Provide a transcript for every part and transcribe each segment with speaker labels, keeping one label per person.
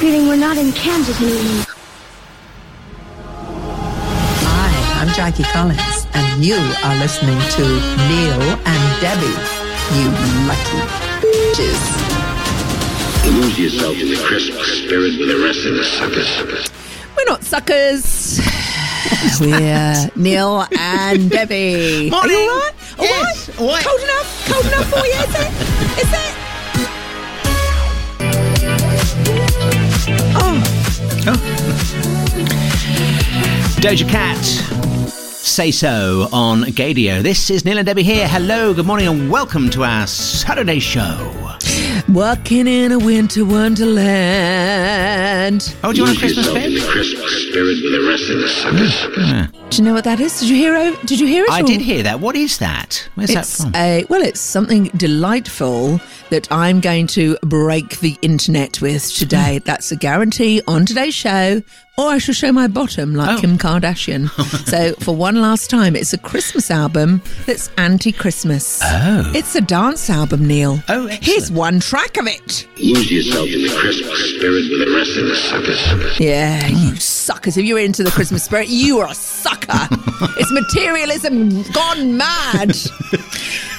Speaker 1: feeling we're not in Kansas anymore.
Speaker 2: Hi, I'm Jackie Collins, and you are listening to Neil and Debbie. You lucky bitches.
Speaker 3: Lose yourself in the crisp spirit with the rest of the suckers.
Speaker 2: We're not suckers. We're Neil and Debbie.
Speaker 4: Morning.
Speaker 2: Are you all right? All
Speaker 4: Yes,
Speaker 2: right?
Speaker 4: all right.
Speaker 2: Cold enough? Cold enough for you? Is it? Is it?
Speaker 4: Doja Cat, Say So on Gadio. This is Neil and Debbie here. Hello, good morning, and welcome to our Saturday show.
Speaker 2: Walking in a winter wonderland.
Speaker 4: Oh, do you want a
Speaker 3: Lose
Speaker 4: Christmas
Speaker 3: yourself in
Speaker 4: bed?
Speaker 3: the crisp spirit with the rest of the suckers.
Speaker 2: Do you know what that is? Did you hear? o- Did you hear it?
Speaker 4: I
Speaker 2: all?
Speaker 4: did hear that. What is that? Where's that
Speaker 2: It's uh,
Speaker 4: from?
Speaker 2: a well, it's something delightful that I'm going to break the internet with today. That's a guarantee on today's show, or I shall show my bottom like
Speaker 4: Oh.
Speaker 2: Kim Kardashian. so for one last time, it's a Christmas album that's anti-Christmas.
Speaker 4: Oh.
Speaker 2: it's a dance album, Neil.
Speaker 4: Oh,
Speaker 2: here's
Speaker 4: excellent.
Speaker 2: one track of it.
Speaker 3: Lose yourself in the crisp spirit with the rest of the suckers.
Speaker 2: Yeah,
Speaker 4: Mm.
Speaker 2: you suckers. If you're into the Christmas spirit, you are a sucker. it's materialism gone mad.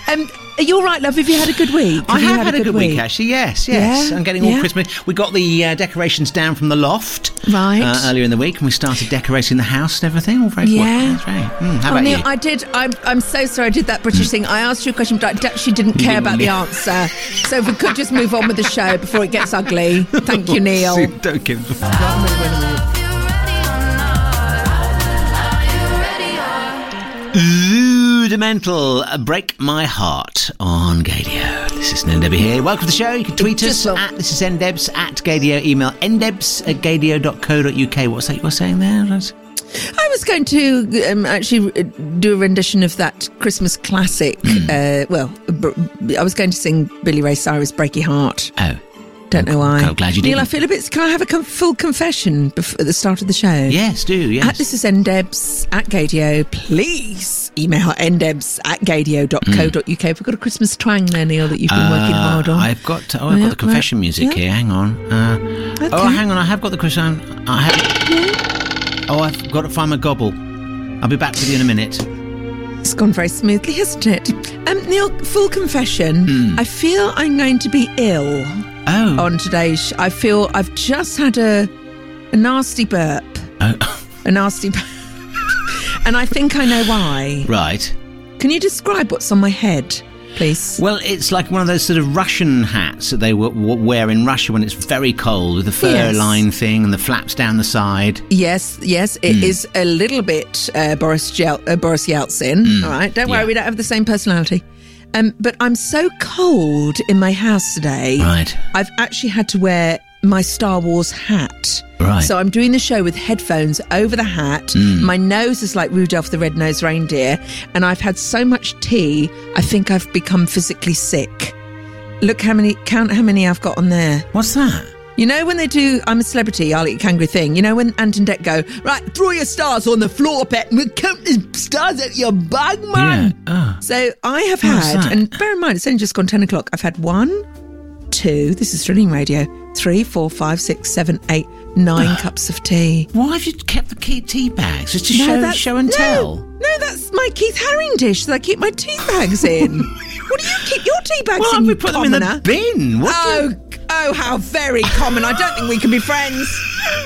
Speaker 2: um, are you all right, love? Have you had a good week?
Speaker 4: I
Speaker 2: you
Speaker 4: have had a good week, actually. Yes, yes.
Speaker 2: Yeah,
Speaker 4: I'm getting all
Speaker 2: yeah.
Speaker 4: Christmas. We got the uh, decorations down from the loft
Speaker 2: Right.
Speaker 4: uh, earlier in the week, and we started decorating the house and everything. All very
Speaker 2: Yeah.
Speaker 4: That's right. Mm, how
Speaker 2: Oh,
Speaker 4: about
Speaker 2: Neil,
Speaker 4: you? Mm.
Speaker 2: I did. I'm, I'm so sorry I did that British thing. I asked you a question, but I actually didn't care about the answer. So if we could just move on with the show before it gets ugly. Thank you, Neil.
Speaker 4: Don't give. Rudimental uh, Break My Heart on Gadio. This is Nendeb here. Welcome to the show. You can tweet
Speaker 2: Just
Speaker 4: us
Speaker 2: well-
Speaker 4: at this is ndebs at gadio. Email ndebs at gadio.co.uk. What's that you were saying there? That's-
Speaker 2: I was going to um, actually uh, do a rendition of that Christmas classic.
Speaker 4: Mm.
Speaker 2: Uh, well, b- I was going to sing Billy Ray Cyrus' "Breaky Heart."
Speaker 4: Oh,
Speaker 2: Don't know why.
Speaker 4: I'm glad you
Speaker 2: Neil, I
Speaker 4: didn't.
Speaker 2: feel a bit. Can I have a com- full confession bef- at the start of the show?
Speaker 4: yes, do yes.
Speaker 2: At this is ndebs at gadio. Please email ndebs at gadio.co.uk. We've got a Christmas twang there, Neil, that you've been working
Speaker 4: Uh,
Speaker 2: hard on.
Speaker 4: I've got. Oh, I've
Speaker 2: Yeah,
Speaker 4: got the confession
Speaker 2: right.
Speaker 4: music
Speaker 2: Yeah.
Speaker 4: here. Hang on. Uh, Oh,
Speaker 2: Okay.
Speaker 4: hang on. I have got the confession. I have. Oh, I've got to find my gobble. I'll be back with you in a minute.
Speaker 2: It's gone very smoothly, hasn't it? Um, Neil, full confession.
Speaker 4: Hmm.
Speaker 2: I feel I'm going to be ill
Speaker 4: Oh.
Speaker 2: on today's. Sh- I feel I've just had a, a nasty burp.
Speaker 4: oh,
Speaker 2: A nasty burp. and I think I know why.
Speaker 4: right.
Speaker 2: Can you describe what's on my head, please?
Speaker 4: Well, it's like one of those sort of Russian hats that they w- w- wear in Russia when it's very cold, with the fur
Speaker 2: Yes.
Speaker 4: line thing and the flaps down the side.
Speaker 2: Yes, yes,
Speaker 4: Hmm.
Speaker 2: it is a little bit uh, Boris Jel- uh, Boris Yeltsin. All right, don't worry,
Speaker 4: Hmm. Yeah.
Speaker 2: we don't have the same personality. Um, but I'm so cold in my house today.
Speaker 4: Right.
Speaker 2: I've actually had to wear my Star Wars hat.
Speaker 4: Right. Hmm.
Speaker 2: So I'm doing the show with headphones over the hat. My nose is like Rudolph the Red-Nosed Reindeer, and I've had so much tea. I think I've become physically sick. Look how many count how many I've got on there.
Speaker 4: What's that?
Speaker 2: You know when they do I'm a Celebrity, I'll Eat a Kangaroo thing? You know when Ant and Dec go, right, throw your stars on the floor, pet, and we'll count the stars at your bag, man.
Speaker 4: Yeah. Oh.
Speaker 2: So I have
Speaker 4: What's
Speaker 2: had,
Speaker 4: that?
Speaker 2: and bear in mind, it's only just gone 10 o'clock. I've had one, two, this is thrilling radio, three, four, five, six, seven, eight, nine cups of tea.
Speaker 4: Why have you kept the key tea bags? It's to
Speaker 2: No,
Speaker 4: show,
Speaker 2: that's-
Speaker 4: show and
Speaker 2: no,
Speaker 4: tell.
Speaker 2: No, that's my Keith Haring dish that I keep my tea bags in. what do you keep your tea bags
Speaker 4: Well,
Speaker 2: in?
Speaker 4: we
Speaker 2: you
Speaker 4: put them in the
Speaker 2: commoner?
Speaker 4: bin. What do
Speaker 2: Oh,
Speaker 4: you-
Speaker 2: oh, how very common. I don't think we can be friends.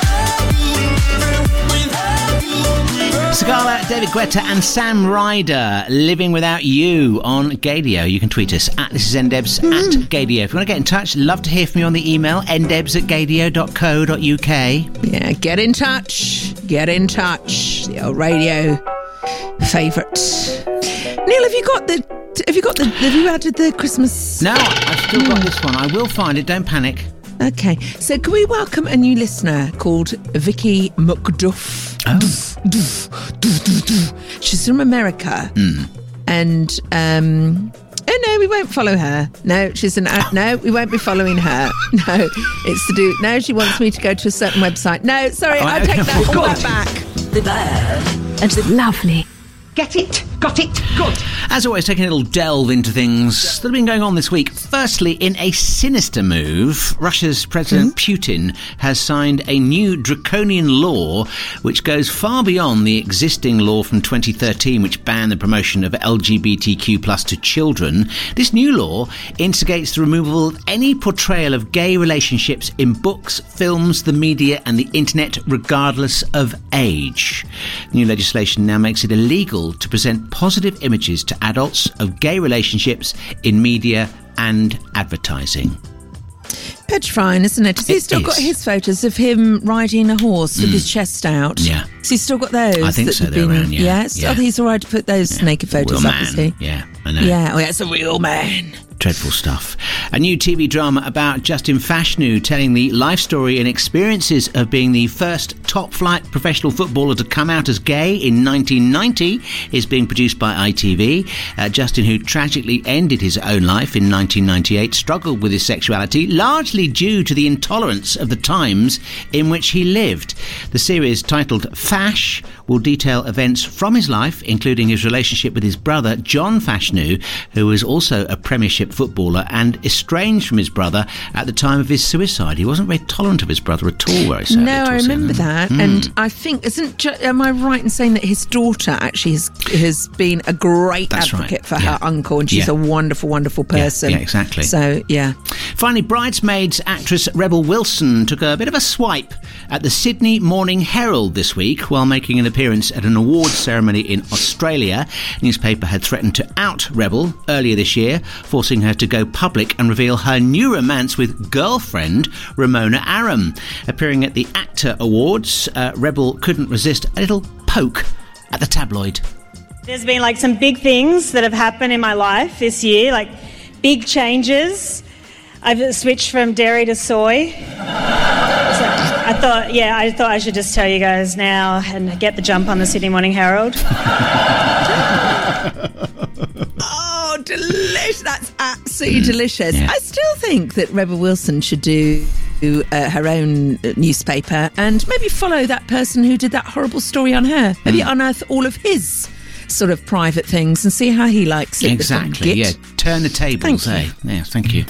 Speaker 2: Oh.
Speaker 4: Scala, David Guetta, and Sam Ryder, Living Without You on Gadio. You can tweet us at this is ndebs
Speaker 2: Mm-hmm.
Speaker 4: at Gadio. If you want to get in touch, love to hear from you on the email ndebs at gadio.co.uk.
Speaker 2: Yeah, get in touch. Get in touch. The old radio favourite. Neil, have you got the? Have you got the? Have you added the Christmas?
Speaker 4: No, I've still got this one. I will find it. Don't panic.
Speaker 2: Okay, so can we welcome a new listener called Vicky McDuff?
Speaker 4: Oh.
Speaker 2: Duff, duff, duff, duff, duff. She's from America,
Speaker 4: Mm.
Speaker 2: and um. Oh no, we won't follow her. No, she's an ad- no. We won't be following her. No, it's to do. No, she wants me to go to a certain website. No, sorry,
Speaker 4: Oh,
Speaker 2: I take
Speaker 4: okay.
Speaker 2: that all
Speaker 4: God.
Speaker 2: that back.
Speaker 5: and the lovely.
Speaker 1: Get it?
Speaker 5: Got it? Good.
Speaker 4: As always, taking a little delve into things that have been going on this week. Firstly, in a sinister move, Russia's President Putin has signed a new draconian law which goes far beyond the existing law from 2013, which banned the promotion of LGBTQ plus to children. This new law instigates the removal of any portrayal of gay relationships in books, films, the media, and the internet, regardless of age. New legislation now makes it illegal to present positive images to adults of gay relationships in media and advertising.
Speaker 2: Petrifying, isn't it? Has he
Speaker 4: It
Speaker 2: still got
Speaker 4: is. Mm.
Speaker 2: his photos of him riding a horse with his chest out?
Speaker 4: Yeah.
Speaker 2: Has he still got those?
Speaker 4: I think
Speaker 2: that
Speaker 4: so,
Speaker 2: have
Speaker 4: they're
Speaker 2: been-
Speaker 4: around, yeah.
Speaker 2: Yes?
Speaker 4: Yeah.
Speaker 2: Oh, he's all right to put those naked
Speaker 4: Real
Speaker 2: photos up, is he?
Speaker 4: man. Yeah, I know.
Speaker 2: Yeah, oh, that's a real man.
Speaker 4: Dreadful stuff. A new TV drama about Justin Fashnu telling the life story and experiences of being the first top flight professional footballer to come out as gay in 1990 is being produced by ITV. Uh, Justin, who tragically ended his own life in 1998, struggled with his sexuality largely due to the intolerance of the times in which he lived. The series titled Fash will detail events from his life, including his relationship with his brother, John Fashnu, who was also a Premiership footballer and estranged from his brother at the time of his suicide. He wasn't very tolerant of his brother at all, very sadly.
Speaker 2: no, I
Speaker 4: towards him.
Speaker 2: remember that,
Speaker 4: Mm.
Speaker 2: and I think isn't. Ju- Am I right in saying that his daughter actually has has been a great
Speaker 4: That's right,
Speaker 2: advocate for
Speaker 4: yeah.
Speaker 2: her uncle, and she's
Speaker 4: Yeah.
Speaker 2: a wonderful, wonderful person.
Speaker 4: yeah, exactly.
Speaker 2: So yeah,
Speaker 4: Finally, Bridesmaids actress Rebel Wilson took a bit of a swipe at the Sydney Morning Herald this week while making an appearance at an awards ceremony in Australia. Newspaper had threatened to out Rebel earlier this year, forcing her to go public and reveal her new romance with girlfriend Ramona Aram. Appearing at the Actor Awards, uh, Rebel couldn't resist a little poke at the tabloid.
Speaker 6: There's been like some big things that have happened in my life this year, like big changes. I've switched from dairy to soy. So I thought, yeah, I thought I should just tell you guys now and get the jump on the Sydney Morning Herald.
Speaker 2: oh, delicious! That's absolutely delicious.
Speaker 4: Mm. yeah.
Speaker 2: I still think that Rebel Wilson should do. Uh, her own uh, newspaper and maybe follow that person who did that horrible story on her. Maybe
Speaker 4: Mm.
Speaker 2: unearth all of his sort of private things and see how he likes it. little
Speaker 4: Exactly,
Speaker 2: git.
Speaker 4: yeah. Turn the tables,
Speaker 2: Thank
Speaker 4: eh? Yeah, thank you.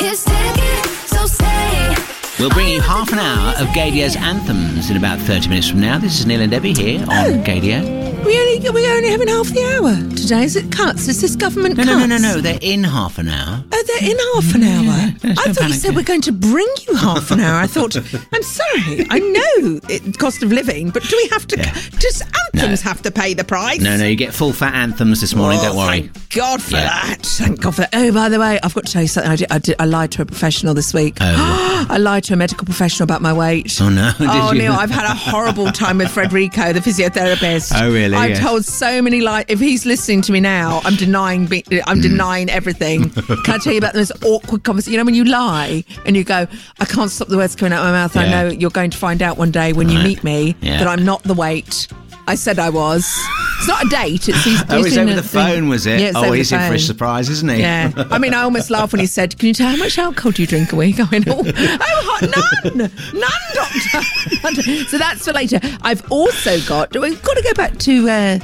Speaker 7: It's taken, so stay.
Speaker 4: We'll bring you half an hour of Gadia's anthems in about 30 minutes from now. This is Neil and Debbie here
Speaker 2: Oh,
Speaker 4: on Gadia.
Speaker 2: We only we're only having half the hour today. Is it cuts? Is this government
Speaker 4: No,
Speaker 2: cuts?
Speaker 4: no, no, no, no. They're in half an hour.
Speaker 2: Oh, they're in half an hour.
Speaker 4: no, it's
Speaker 2: I
Speaker 4: no
Speaker 2: thought you
Speaker 4: panic,
Speaker 2: said
Speaker 4: yeah.
Speaker 2: we're going to bring you half an hour. I thought, I'm sorry, I know it cost of living, but do we have to?
Speaker 4: Yeah.
Speaker 2: Does anthems have to pay the price?
Speaker 4: No, no, you get full fat anthems this morning, don't
Speaker 2: Oh,
Speaker 4: worry.
Speaker 2: Thank God for
Speaker 4: Yeah.
Speaker 2: that. Thank God for that. Oh, by the way, I've got to tell you something. I, did, I, did, I lied to a professional this week. I lied to a medical professional about my weight.
Speaker 4: Oh, no. Did
Speaker 2: oh,
Speaker 4: you?
Speaker 2: Neil, I've had a horrible time with Frederico, the physiotherapist.
Speaker 4: Oh, really?
Speaker 2: I've
Speaker 4: Yeah.
Speaker 2: told so many lies. If he's listening to me now, I'm denying. Be-
Speaker 4: Mm.
Speaker 2: I'm denying everything. Can I tell you about the most awkward conversation? You know, when you lie and you go, "I can't stop the words coming out of my mouth." I
Speaker 4: Yeah.
Speaker 2: know you're going to find out one day when you
Speaker 4: Right.
Speaker 2: meet me
Speaker 4: Yeah.
Speaker 2: that I'm not the weight I said I was. It's not a date. It's he's,
Speaker 4: Oh,
Speaker 2: he's
Speaker 4: it's
Speaker 2: in
Speaker 4: over
Speaker 2: a
Speaker 4: the
Speaker 2: thing.
Speaker 4: phone, was it?
Speaker 2: Yeah, it's
Speaker 4: oh,
Speaker 2: over
Speaker 4: he's
Speaker 2: the
Speaker 4: in for
Speaker 2: phone.
Speaker 4: a surprise, isn't he?
Speaker 2: Yeah, I mean, I almost laughed when he said, "Can you tell how much alcohol do you drink a week?" Going, "Oh, oh hot, none, none, doctor." so that's for later. I've also got. We've got to go back to uh,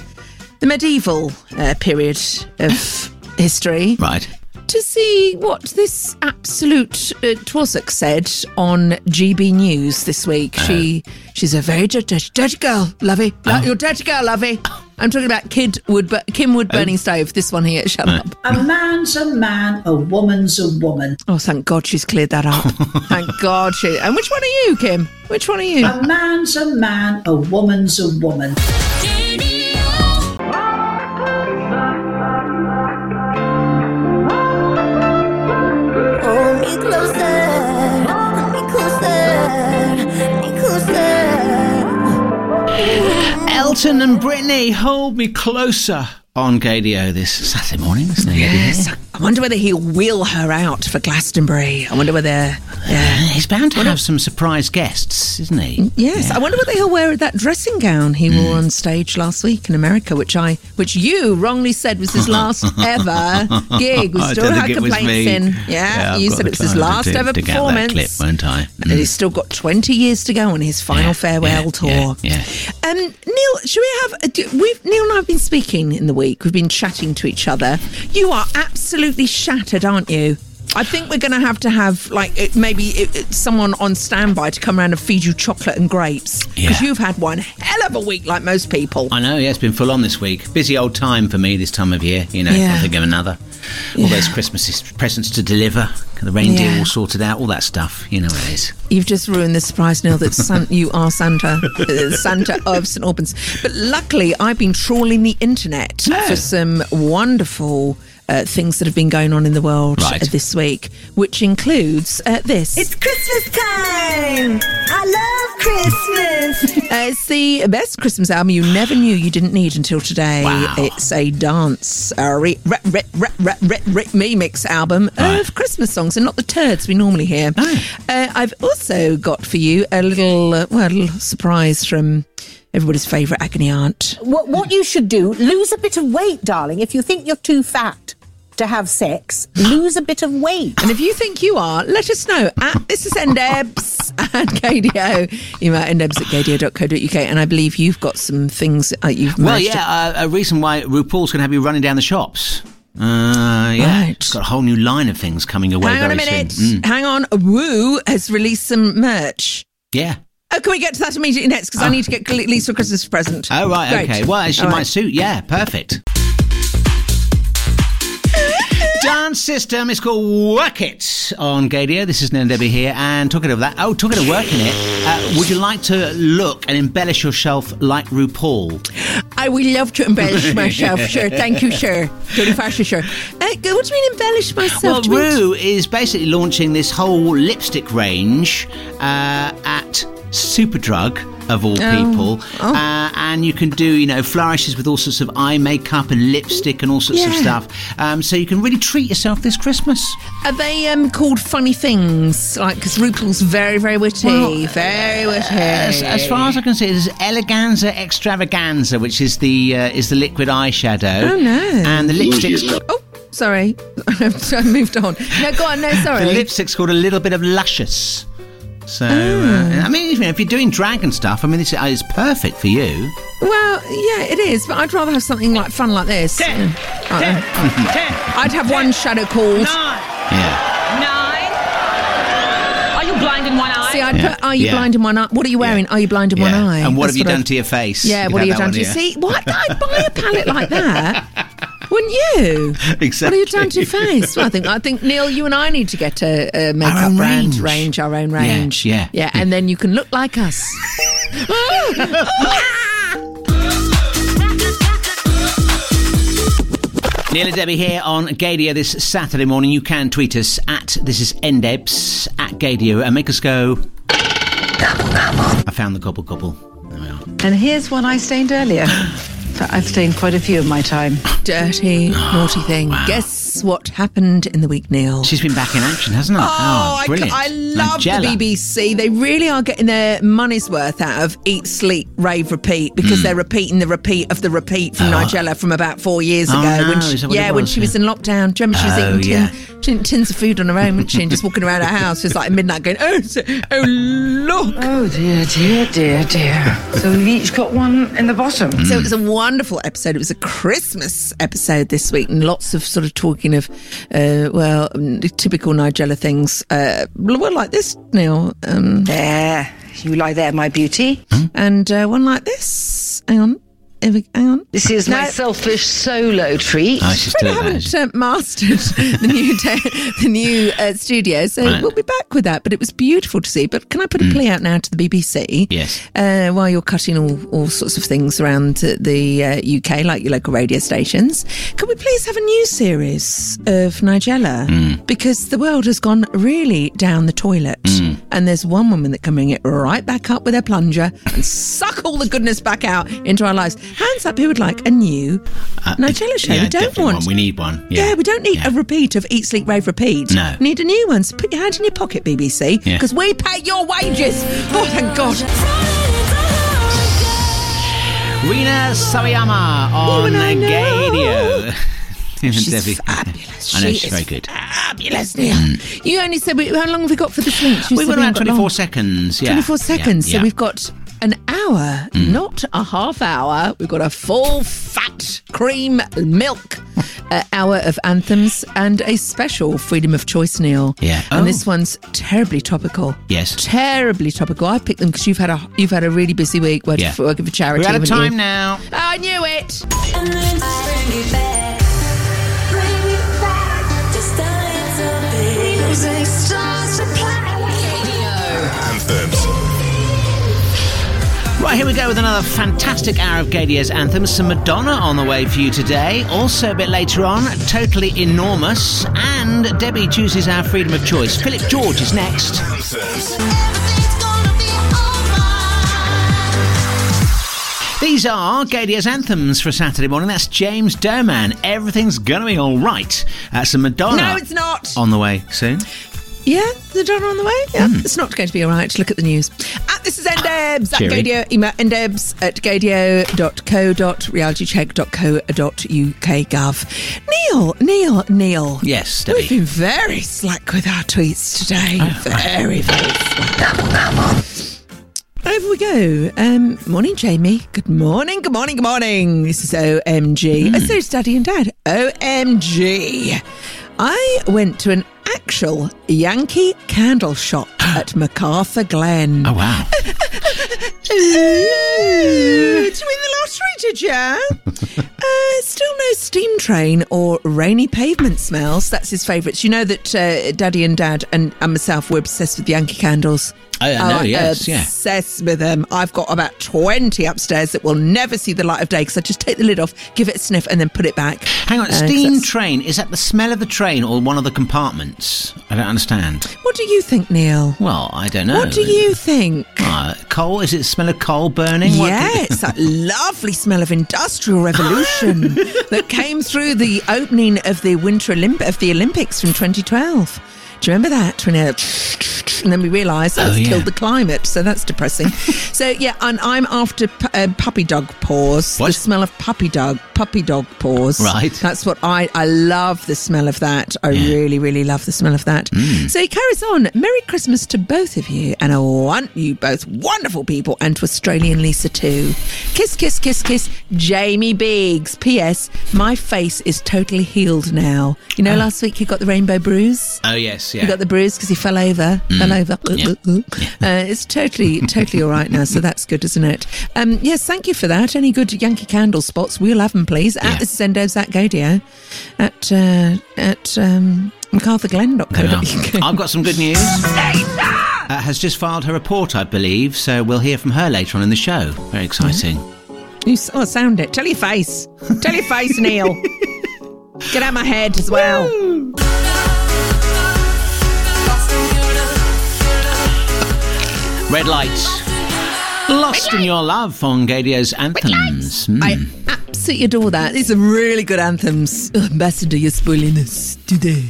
Speaker 2: the medieval uh, period of history
Speaker 4: Right.
Speaker 2: to see what this absolute uh, Twosuk said on GB News this week. She she's a very dirty, dirty, dirty girl, lovey. Like You're a dirty girl, lovey. I'm talking about Kid Wood, Kim Wood burning stove. This one here. Shut up.
Speaker 8: A man's a man, a woman's a woman.
Speaker 2: Oh, thank God she's cleared that up. thank God she. And which one are you, Kim? Which one are you?
Speaker 8: A man's a man, a woman's a woman.
Speaker 7: Hold me closer, hold me closer, hold me closer.
Speaker 4: Elton and Brittany, hold me closer. on Gadio this Saturday morning, isn't Uh, it?
Speaker 2: Yes. I wonder whether he'll wheel her out for Glastonbury. I wonder whether. Yeah.
Speaker 4: He's bound to have some surprise guests, isn't he?
Speaker 2: Yes, I wonder whether he'll wear that dressing gown he wore on stage last week in America, which I, which you wrongly said was his last ever gig. We
Speaker 4: I
Speaker 2: still
Speaker 4: don't
Speaker 2: had
Speaker 4: think it was
Speaker 2: complaints
Speaker 4: me.
Speaker 2: in. Yeah,
Speaker 4: I've
Speaker 2: you
Speaker 4: got
Speaker 2: said
Speaker 4: the
Speaker 2: it was his
Speaker 4: time to
Speaker 2: last
Speaker 4: dig-
Speaker 2: ever
Speaker 4: dig out that
Speaker 2: performance.
Speaker 4: clip, won't I? Mm.
Speaker 2: And he's still got 20 years to go on his final
Speaker 4: Yeah,
Speaker 2: farewell
Speaker 4: yeah,
Speaker 2: tour.
Speaker 4: yeah,
Speaker 2: Um, Neil, should we have. A, do- we've, Neil and I have been speaking in the week. We've been chatting to each other. You are absolutely shattered, aren't you? I think we're going to have to have, like, it, maybe it, it- someone on standby to come around and feed you chocolate and grapes. Because
Speaker 4: Yeah.
Speaker 2: you've had one hell of a week, like most people.
Speaker 4: I know, yeah, it's been full on this week. Busy old time for me this time of year, you know,
Speaker 2: Yeah.
Speaker 4: I think of another. All those Christmas presents to deliver, the reindeer
Speaker 2: Yeah.
Speaker 4: all sorted out, all that stuff, you know what it is.
Speaker 2: You've just ruined the surprise, Neil, that San- you are Santa, uh, Santa of St. Albans. But luckily, I've been trawling the internet
Speaker 4: Oh.
Speaker 2: for some wonderful uh, things that have been going on in the world
Speaker 4: Right.
Speaker 2: uh, this week, which includes uh, this.
Speaker 7: It's Christmas time. I love Christmas.
Speaker 2: Uh, it's the best Christmas album you never knew you didn't need until today.
Speaker 4: Wow.
Speaker 2: It's a dance, a re, re, re, re, re, re, re, remix album of Christmas songs and not the turds we normally hear.
Speaker 4: No.
Speaker 2: Uh, I've also got for you a little, uh, well, a little surprise from everybody's favourite agony aunt.
Speaker 5: What, what you should do, lose a bit of weight, darling. If you think you're too fat to have sex, lose a bit of weight.
Speaker 2: And if you think you are, let us know at this is NDebs at KDO. You might NDebs at KDO.co.uk. And I believe you've got some things uh, you've
Speaker 4: Well,
Speaker 2: managed to-
Speaker 4: yeah, uh, a reason why RuPaul's going to have you running down the shops. Uh, yeah,
Speaker 2: Right.
Speaker 4: it's got a whole new line of things coming away
Speaker 2: Hang on
Speaker 4: very
Speaker 2: a minute.
Speaker 4: soon. Mm,
Speaker 2: Hang on. Woo has released some merch.
Speaker 4: yeah.
Speaker 2: Oh, can we get to that immediately next? Because I need to get Lisa a Christmas present.
Speaker 4: Ah. Oh, right,
Speaker 2: Great.
Speaker 4: okay. Well, actually,
Speaker 2: All
Speaker 4: might
Speaker 2: right.
Speaker 4: suit. Yeah, perfect. Dance system is called Work It on Gadio. This is Nan Debbie here, and talking of that, oh, talking of working it, uh, would you like to look and embellish yourself like RuPaul?
Speaker 2: I would love to embellish myself, sir. Thank you, sir. Jodie Foster, sir. Uh, what do you mean embellish myself?
Speaker 4: Well,
Speaker 2: Do you mean-
Speaker 4: Rue is basically launching this whole lipstick range uh, at Superdrug of all
Speaker 2: Oh,
Speaker 4: people, Uh, and you can do you know flourishes with all sorts of eye makeup and lipstick and all sorts of
Speaker 2: Yeah.
Speaker 4: stuff. Um, so you can really treat yourself this Christmas.
Speaker 2: Are they um, called funny things? Like, because RuPaul's very, very witty. very witty.
Speaker 4: As, as far as I can see, there's Eleganza Extravaganza, which is the uh, is the liquid eyeshadow.
Speaker 2: Oh, no.
Speaker 4: And the
Speaker 3: Lose
Speaker 4: lipstick's
Speaker 3: yourself.
Speaker 2: oh, sorry. I moved on. No, go on. No, sorry.
Speaker 4: The lipstick's called a little bit of luscious. So,
Speaker 2: Oh.
Speaker 4: uh, I mean, if, you know, if you're doing drag and stuff, I mean, it's, it's perfect for you.
Speaker 2: Well, yeah, it is, but I'd rather have something like fun like this. Yeah. Uh-uh. I'd have one shadow called.
Speaker 4: Yeah.
Speaker 9: Are you blind in one eye?
Speaker 2: See, I'd
Speaker 4: Yeah.
Speaker 2: put, are you
Speaker 4: Yeah.
Speaker 2: blind in one eye? What are you wearing? Are you blind in one
Speaker 4: yeah.
Speaker 2: eye?
Speaker 4: And what
Speaker 2: That's
Speaker 4: have you done to your face?
Speaker 2: Yeah,
Speaker 4: You've
Speaker 2: what have
Speaker 4: had
Speaker 2: you
Speaker 4: that
Speaker 2: done
Speaker 4: one,
Speaker 2: to your...
Speaker 4: yeah.
Speaker 2: See, why I'd buy a palette like that? Wouldn't you? What have you done to your
Speaker 4: Exactly.
Speaker 2: face? Well, I think I think Neil, you and I need to get a, a makeup
Speaker 4: own
Speaker 2: brand
Speaker 4: range.
Speaker 2: range, our own range.
Speaker 4: yeah.
Speaker 2: yeah, and then you can look like us.
Speaker 4: Neil and Debbie here on Gadio this Saturday morning. You can tweet us at this is ndebs at Gadio and make us go. I found the gobble gobble. There we are.
Speaker 10: And here's one I stained earlier. So I've stained quite a few of my time.
Speaker 2: Dirty, naughty thing.
Speaker 4: wow.
Speaker 2: Guess what happened in the week, Neil?
Speaker 4: She's been back in action, hasn't she?
Speaker 2: Oh, I,
Speaker 4: brilliant.
Speaker 2: I love
Speaker 4: Nigella.
Speaker 2: the BBC. They really are getting their money's worth out of Eat, Sleep, Rave, Repeat because
Speaker 4: Hmm.
Speaker 2: they're repeating the repeat of the repeat from Nigella from about four years
Speaker 4: Oh,
Speaker 2: ago. when
Speaker 4: no,
Speaker 2: she,
Speaker 4: is that what
Speaker 2: yeah,
Speaker 4: it
Speaker 2: when
Speaker 4: was?
Speaker 2: she was in lockdown. Do you remember she was
Speaker 4: Oh,
Speaker 2: eating tin,
Speaker 4: yeah.
Speaker 2: tin- tins of food on her own, wasn't she? And just walking around her house. Just like at midnight going, oh, so- oh look.
Speaker 10: Oh dear, dear, dear, dear. So we've each got one in the bottom.
Speaker 2: So it was a
Speaker 4: Hmm.
Speaker 2: wonderful episode. It was a Christmas episode this week, and lots of sort of talking of, uh, well, um, typical Nigella things. Uh, well, like this, Neil. Um,
Speaker 10: There. You lie there, my beauty.
Speaker 2: and uh, one like this. Hang on, Here we, hang on.
Speaker 10: This is my selfish solo treat.
Speaker 4: Oh, she's
Speaker 2: I
Speaker 4: still there.
Speaker 2: haven't uh, mastered the new te- the new uh, studio, so
Speaker 4: Right.
Speaker 2: we'll be back with that. But it was beautiful to see. But can I put a plea out now to the BBC?
Speaker 4: Yes.
Speaker 2: Uh, while you're cutting all, all sorts of things around uh, the uh, UK, like your local radio stations, can we please have a new series of Nigella?
Speaker 4: Mm.
Speaker 2: Because the world has gone really down the toilet,
Speaker 4: Mm.
Speaker 2: and there's one woman that can bring it right back up with her plunger and suck all the goodness back out into our lives. Hands up who would like a new Nigella show.
Speaker 4: Uh, yeah,
Speaker 2: we don't
Speaker 4: definitely
Speaker 2: want.
Speaker 4: One. We need one.
Speaker 2: yeah.
Speaker 4: Yeah,
Speaker 2: we don't need
Speaker 4: Yeah.
Speaker 2: a repeat of Eat, Sleep, Rave, Repeat.
Speaker 4: No.
Speaker 2: We need a new one. So put your hand in your pocket, BBC,
Speaker 4: Yeah.
Speaker 2: because we pay your wages. Oh, thank God.
Speaker 4: Rina Sawayama on
Speaker 2: Even I know.
Speaker 4: Gadio.
Speaker 2: She's
Speaker 4: Debbie.
Speaker 2: fabulous.
Speaker 4: I know
Speaker 2: She
Speaker 4: she's
Speaker 2: is
Speaker 4: very good. Mm.
Speaker 2: Fabulous, Neil. You only said, we, how long have we got for this link? You
Speaker 4: We
Speaker 2: said haven't
Speaker 4: went around
Speaker 2: got
Speaker 4: 24
Speaker 2: long.
Speaker 4: seconds. Yeah.
Speaker 2: 24
Speaker 4: Yeah,
Speaker 2: seconds.
Speaker 4: yeah. Mm.
Speaker 2: So we've got an hour, not a half hour. We've got a full fat cream milk uh, hour of anthems and a special freedom of choice, Neil.
Speaker 4: Yeah.
Speaker 2: And
Speaker 4: Oh.
Speaker 2: this one's terribly topical.
Speaker 4: Yes.
Speaker 2: Terribly topical. I picked them because you've had a you've had a really busy week working,
Speaker 4: Yeah.
Speaker 2: for, working for charity.
Speaker 4: We're out of
Speaker 2: haven't you?
Speaker 4: time now.
Speaker 2: I knew it.
Speaker 4: Right, here we go with another fantastic hour of Gadia's anthems. Some Madonna on the way for you today. Also, a bit later on, Totally Enormous. And Debbie chooses our freedom of choice. Philip George is next. These are Gadia's anthems for Saturday morning. That's James Doman. Everything's gonna be all right. That's some Madonna.
Speaker 2: No, it's not.
Speaker 4: On the way soon.
Speaker 2: Yeah, the Donna on the way. Yeah,
Speaker 4: Hmm.
Speaker 2: it's not going to be all right. Look at the news. At this is Ndebs at
Speaker 4: Cheery.
Speaker 2: Gadio. Email ndebs at gadio.co.realitycheck.co.uk gov. Neil, Neil, Neil.
Speaker 4: Yes,
Speaker 2: We've
Speaker 4: Debbie.
Speaker 2: been very slack with our tweets today. very, very slack. Over we go. Um, morning, Jamie. Good morning, good morning, good morning. This is OMG. Oh, so it's Daddy and Dad. OMG. I went to an actual Yankee candle shop at MacArthur Glen.
Speaker 4: Oh, wow.
Speaker 2: Ooh, Did you win the lottery, did you? uh, still no steam train or rainy pavement smells. That's his favourites. You know that uh, Daddy and Dad and, and myself were obsessed with Yankee candles.
Speaker 4: Oh, I know, yes, yeah.
Speaker 2: obsessed with them. I've got about 20 upstairs that will never see the light of day because I just take the lid off, give it a sniff, and then put it back.
Speaker 4: Hang on,
Speaker 2: Uh, 'cause
Speaker 4: steam
Speaker 2: that's-
Speaker 4: train. Is that the smell of the train or one of the compartments? I don't understand.
Speaker 2: What do you think, Neil?
Speaker 4: Well, I don't know.
Speaker 2: What do you think?
Speaker 4: Uh, coal? Is it the smell of coal burning? What-
Speaker 2: Yes, that lovely smell of industrial revolution that came through the opening of the Winter Olymp- of the Olympics from 2012. Do you remember that? When it- and then we realised that's
Speaker 4: Oh, yeah.
Speaker 2: killed the climate, so that's depressing. so yeah, and I'm after pu- uh, puppy dog paws. The
Speaker 4: What?
Speaker 2: smell of puppy dog, puppy dog paws.
Speaker 4: Right.
Speaker 2: That's what I I love the smell of that. I
Speaker 4: Yeah.
Speaker 2: really really love the smell of that. So he carries on. Merry Christmas to both of you, and I want you both wonderful people, and to Australian Lisa too. Kiss kiss kiss kiss. Jamie Biggs. P.S. My face is totally healed now. You know, last week you got the rainbow bruise.
Speaker 4: oh yes, yeah. Mm.
Speaker 2: He got the bruise because he fell over. Fell over. Uh, it's totally, totally all right now. So that's good, isn't it? Um, yes, thank you for that. Any good Yankee candle spots? We'll have them, please. At
Speaker 4: Yeah.
Speaker 2: this is Endos at Gadio, at uh, at um,
Speaker 4: Yeah.
Speaker 2: MacArthurGlenn.co.uk.
Speaker 4: I've got some good news. Uh, has just filed her report, I believe, so we'll hear from her later on in the show. Very exciting.
Speaker 2: You s- oh, sound it. Tell your face. Tell your face, Neil. Get out of my head as well. Mm-hmm.
Speaker 4: Red lights. Lost in your love on Gadio's anthems. Mm.
Speaker 2: I absolutely adore that. These are really good anthems. Ambassador, you're spoiling us today.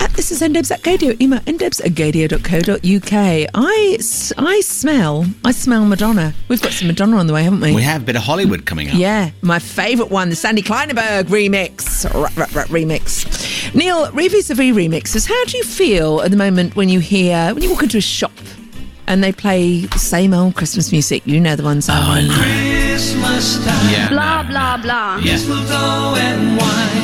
Speaker 2: Uh, This is ndebs at gadio. Email ndebs at gadio.co.uk. I, s- I smell, I smell Madonna. We've got some Madonna on the way, haven't we?
Speaker 4: we have a bit of Hollywood coming up.
Speaker 2: Yeah, my favourite one, the Sandy Kleinenberg remix. Rut, rut, rut, remix. Neil, Revis of remixes. How do you feel at the moment when you hear, when you walk into a shop and they play the same old Christmas music? You know the ones Oh, I
Speaker 4: I
Speaker 2: want.
Speaker 4: Yeah,
Speaker 1: Blah,
Speaker 4: no,
Speaker 1: blah,
Speaker 4: no.
Speaker 1: blah.
Speaker 4: Yeah.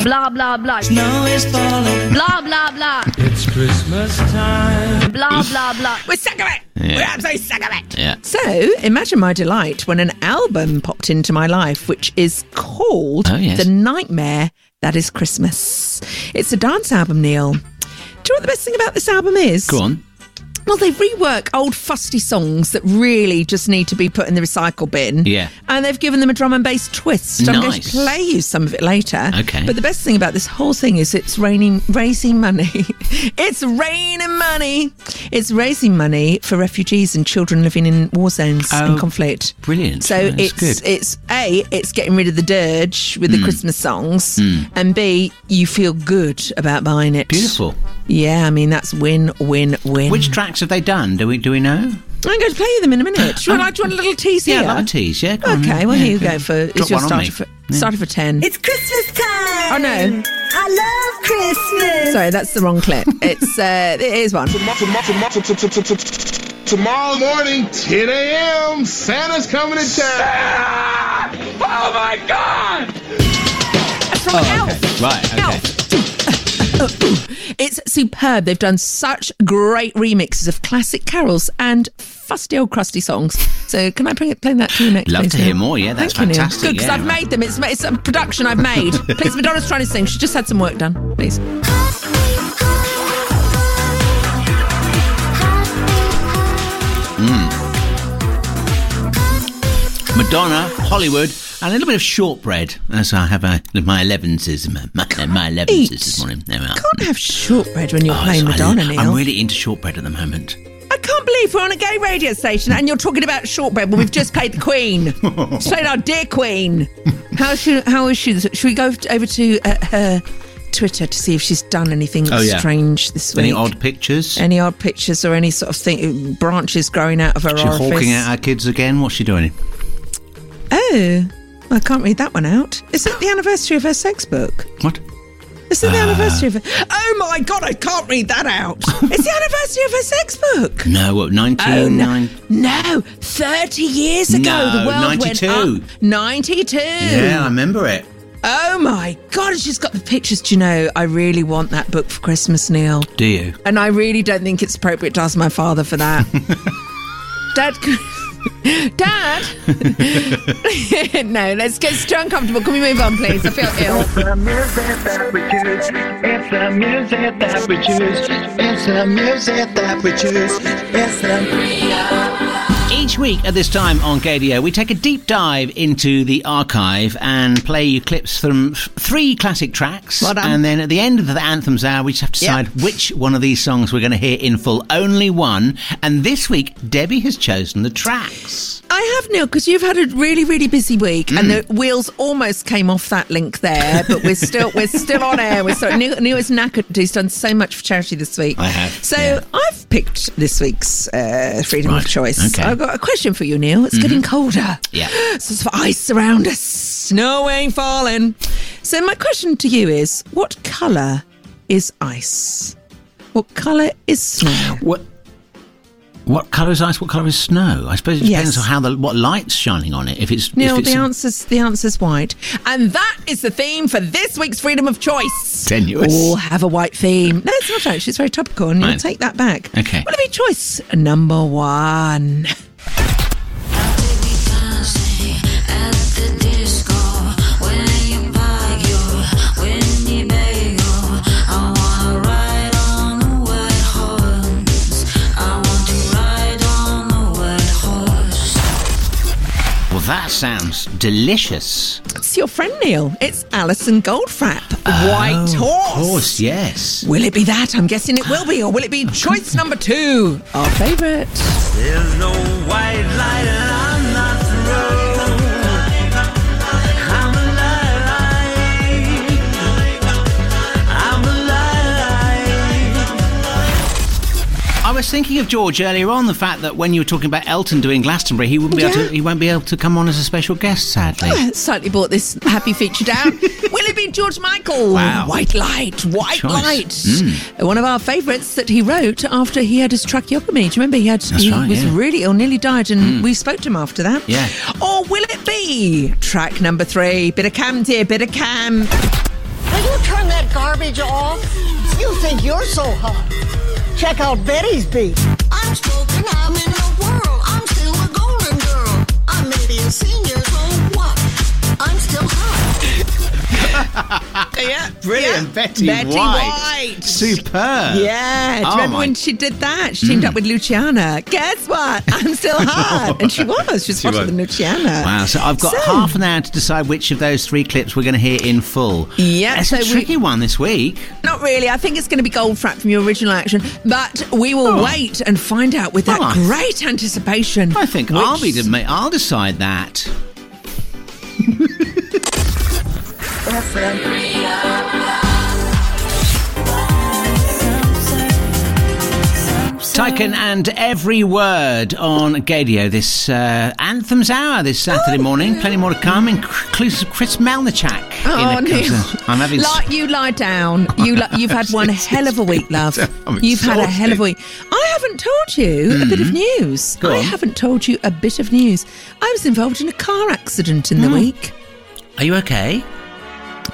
Speaker 1: Blah, blah, blah. Snow is falling. Blah, blah, blah. It's Christmas time. Blah, blah, blah.
Speaker 2: We're sick of it.
Speaker 4: Yeah.
Speaker 2: We're absolutely sick of it.
Speaker 4: Yeah.
Speaker 2: So imagine my delight when an album popped into my life, which is called
Speaker 4: Oh, yes.
Speaker 2: The Nightmare That Is Christmas. It's a dance album, Neil. Do you know what the best thing about this album is?
Speaker 4: Go on.
Speaker 2: Well, they rework old fusty songs that really just need to be put in the recycle bin.
Speaker 4: Yeah.
Speaker 2: And they've given them a drum and bass twist. I'm going to
Speaker 4: Nice.
Speaker 2: play you some of it later.
Speaker 4: Okay.
Speaker 2: But the best thing about this whole thing is it's raining, raising money. it's raining money. It's raising money for refugees and children living in war zones
Speaker 4: Oh,
Speaker 2: and conflict.
Speaker 4: brilliant.
Speaker 2: So
Speaker 4: That's
Speaker 2: it's
Speaker 4: good. Hmm.
Speaker 2: it's a it's getting rid of the dirge with the Christmas songs, and b you feel good about buying it.
Speaker 4: Beautiful.
Speaker 2: Yeah, I mean that's win win win.
Speaker 4: Which tracks have they done? Do we do we know?
Speaker 2: I'm going to play them in a minute. Do you want, do you want a little tease
Speaker 4: Um, Yeah,
Speaker 2: here?
Speaker 4: a lot of tease. Yeah. go on.
Speaker 2: Okay, well
Speaker 4: Yeah,
Speaker 2: here you go
Speaker 4: good.
Speaker 2: for it's
Speaker 4: Drop
Speaker 2: your
Speaker 4: one on
Speaker 2: starter
Speaker 4: me.
Speaker 2: for
Speaker 4: Yeah.
Speaker 2: starter for ten.
Speaker 7: It's Christmas time.
Speaker 2: Oh, no.
Speaker 7: I love Christmas.
Speaker 2: Sorry, that's the wrong clip. It's uh, it is one.
Speaker 9: Tomorrow morning, 10 a.m., Santa's coming to town. Oh my God!
Speaker 2: From Elf.
Speaker 4: Right. Oh, Okay.
Speaker 2: It's superb. They've done such great remixes of classic carols and fusty old crusty songs. So can I bring, play that to you next?
Speaker 4: Love
Speaker 2: please,
Speaker 4: to hear
Speaker 2: Neil?
Speaker 4: more. Yeah, that's
Speaker 2: Thank you, Neil.
Speaker 4: fantastic.
Speaker 2: Good because
Speaker 4: Yeah,
Speaker 2: I've
Speaker 4: right.
Speaker 2: made them. It's, it's a production I've made. please, Madonna's trying to sing. She just had some work done. Please.
Speaker 4: Madonna, Hollywood, and a little bit of shortbread. That's how I have uh, my elevenses. My, my, my elevenses this
Speaker 2: Eat.
Speaker 4: morning. There we are.
Speaker 2: Can't have shortbread when you're
Speaker 4: Oh,
Speaker 2: playing
Speaker 4: so I-
Speaker 2: Madonna, Neil.
Speaker 4: I'm really into shortbread at the moment.
Speaker 2: I can't believe we're on a gay radio station and you're talking about shortbread when we've just played the Queen. Just played our dear Queen. How is she? How is she? this- Should we go over to uh, her Twitter to see if she's done anything
Speaker 4: Oh, yeah.
Speaker 2: strange this week?
Speaker 4: Any odd pictures?
Speaker 2: Any odd pictures or any sort of thing? Branches growing out of her
Speaker 4: She
Speaker 2: orifice?
Speaker 4: hawking at our kids again? What's she doing?
Speaker 2: Oh, I can't read that one out. Is it the anniversary of her sex book?
Speaker 4: What?
Speaker 2: Is it the
Speaker 4: Ah.
Speaker 2: anniversary of her? Oh my God, I can't read that out. it's the anniversary of her sex book.
Speaker 4: No, what? Nineteen.
Speaker 2: Oh no,
Speaker 4: nine-
Speaker 2: no! Thirty years ago,
Speaker 4: No,
Speaker 2: the world
Speaker 4: 92.
Speaker 2: went up. Ninety-two.
Speaker 4: Yeah, I remember it.
Speaker 2: Oh my God! She's got the pictures. Do you know? I really want that book for Christmas, Neil.
Speaker 4: Do you?
Speaker 2: And I really don't think it's appropriate to ask my father for that. Dad. c- Dad. no, let's get it's too uncomfortable. Can we move on, please? I feel ill.
Speaker 9: The music that we choose. It's the music that we choose. It's the music that we choose. It's the.
Speaker 4: Each week at this time on Gadio, we take a deep dive into the archive and play you clips from f- three classic tracks.
Speaker 2: Well done.
Speaker 4: And then at the end of the anthems hour, we just have to
Speaker 2: Yep.
Speaker 4: decide which one of these songs we're going to hear in full. Only one. And this week, Debbie has chosen the tracks.
Speaker 2: I have, Neil, because you've had a really, really busy week, and the
Speaker 4: Mm.
Speaker 2: wheels almost came off that link there. But we're still, we're still on air. We're still, Neil, Neil is knackered. He's done so much for charity this week.
Speaker 4: I have,
Speaker 2: So
Speaker 4: yeah.
Speaker 2: I've picked this week's uh, freedom
Speaker 4: Right,
Speaker 2: of choice.
Speaker 4: okay. Mm-hmm.
Speaker 2: I've got a question for you, Neil. It's getting colder.
Speaker 4: Yeah.
Speaker 2: So it's for ice around us. Snow ain't falling. So my question to you is: What colour is ice? What colour is snow?
Speaker 4: What? What colour is ice? What colour is snow? I suppose it depends
Speaker 2: Yes.
Speaker 4: on how the what light's shining on it. If it's
Speaker 2: Neil,
Speaker 4: if it's
Speaker 2: the answer's the answer's white, and that is the theme for this week's freedom of choice.
Speaker 4: Tenuous.
Speaker 2: All have a white theme. No, it's not actually. It's very topical, and
Speaker 4: Right.
Speaker 2: you'll take that back.
Speaker 4: Okay.
Speaker 2: What be choice number one?
Speaker 4: well, that sounds delicious.
Speaker 2: It's your friend Neil. It's Alison Goldfrapp. white
Speaker 4: Oh, Of
Speaker 2: horse.
Speaker 4: course, yes.
Speaker 2: Will it be that? I'm guessing it will be, or will it be choice number two? Our favourite.
Speaker 9: There's no white light and I'm not through. I'm alive. I'm alive.
Speaker 4: I was thinking of George earlier on the fact that when you were talking about Elton doing Glastonbury, he wouldn't be able
Speaker 2: Yeah. Oh,
Speaker 4: to. He won't be able to come on as a special guest, sadly.
Speaker 2: Slightly brought this happy feature down. Will it be George Michael?
Speaker 4: Wow.
Speaker 2: White light, white
Speaker 4: choice. Hmm.
Speaker 2: light. One of our favourites that he wrote after he had his tracheotomy. Do you remember he had? he
Speaker 4: right,
Speaker 2: was
Speaker 4: yeah. Hmm.
Speaker 2: really ill, nearly died, and we spoke to him after that.
Speaker 4: Yeah.
Speaker 2: Or will it be track number three? Bit of cam, dear, bit of cam.
Speaker 11: Will you turn that garbage off? You think you're so hot. Check out Betty's beat. I'm spoken, I'm in the world. I'm still a golden girl. I may be a senior, so what? I'm still hot.
Speaker 2: yeah.
Speaker 4: Brilliant,
Speaker 2: yeah.
Speaker 4: Betty, White. Superb.
Speaker 2: Yeah. Do you
Speaker 4: Oh,
Speaker 2: remember
Speaker 4: my- Hmm.
Speaker 2: when she did that? She teamed up with Luciana. Guess what? I'm still hot. and she was. She was
Speaker 4: She
Speaker 2: hotter
Speaker 4: was.
Speaker 2: than Luciana.
Speaker 4: Wow, so I've got
Speaker 2: So-
Speaker 4: half an hour to decide which of those three clips we're going to hear in full.
Speaker 2: Yeah,
Speaker 4: That's
Speaker 2: so
Speaker 4: a
Speaker 2: we-
Speaker 4: tricky one this week.
Speaker 2: Not really. I think it's going to be Goldfrapp from your original action, but we will
Speaker 4: Oh.
Speaker 2: wait and find out with that
Speaker 4: Right.
Speaker 2: great anticipation.
Speaker 4: I think I'll be, the ma- I'll decide that. Tyken and every word on Gadio this uh, Anthems Hour this Saturday morning. Plenty more to come, inclusive Chris Melnichak.
Speaker 2: Oh,
Speaker 4: in it.
Speaker 2: Neil.
Speaker 4: I'm having. s-
Speaker 2: Like you lie down. You li- you've had one hell of a week, love.
Speaker 4: I'm
Speaker 2: You've had a hell of a
Speaker 4: exhausted.
Speaker 2: week.
Speaker 4: Hmm.
Speaker 2: I haven't told you a bit of news.
Speaker 4: Go
Speaker 2: I
Speaker 4: on.
Speaker 2: haven't told you a bit of news. I was involved in a car accident in the
Speaker 4: Hmm.
Speaker 2: week.
Speaker 4: Are you okay?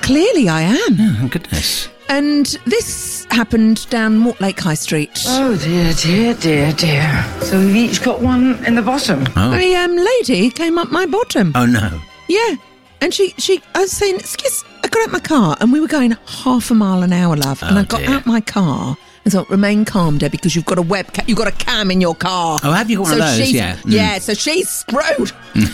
Speaker 2: Clearly, I am.
Speaker 4: Oh, goodness.
Speaker 2: And this happened down Mortlake High Street.
Speaker 10: Oh dear, dear, dear, dear. So we've each got one in the bottom.
Speaker 4: Oh.
Speaker 2: A um, lady came up my bottom.
Speaker 4: Oh no.
Speaker 2: Yeah. And she, she, I was saying, excuse, I got out my car and we were going half a mile an hour, love. and
Speaker 4: Oh,
Speaker 2: I got
Speaker 4: dear.
Speaker 2: out my car and thought, remain calm, Debbie, because you've got a webcam, you've got a cam in your car.
Speaker 4: Oh, have you got one of those?
Speaker 2: she's-
Speaker 4: Yeah. Mm.
Speaker 2: Yeah. So she's screwed.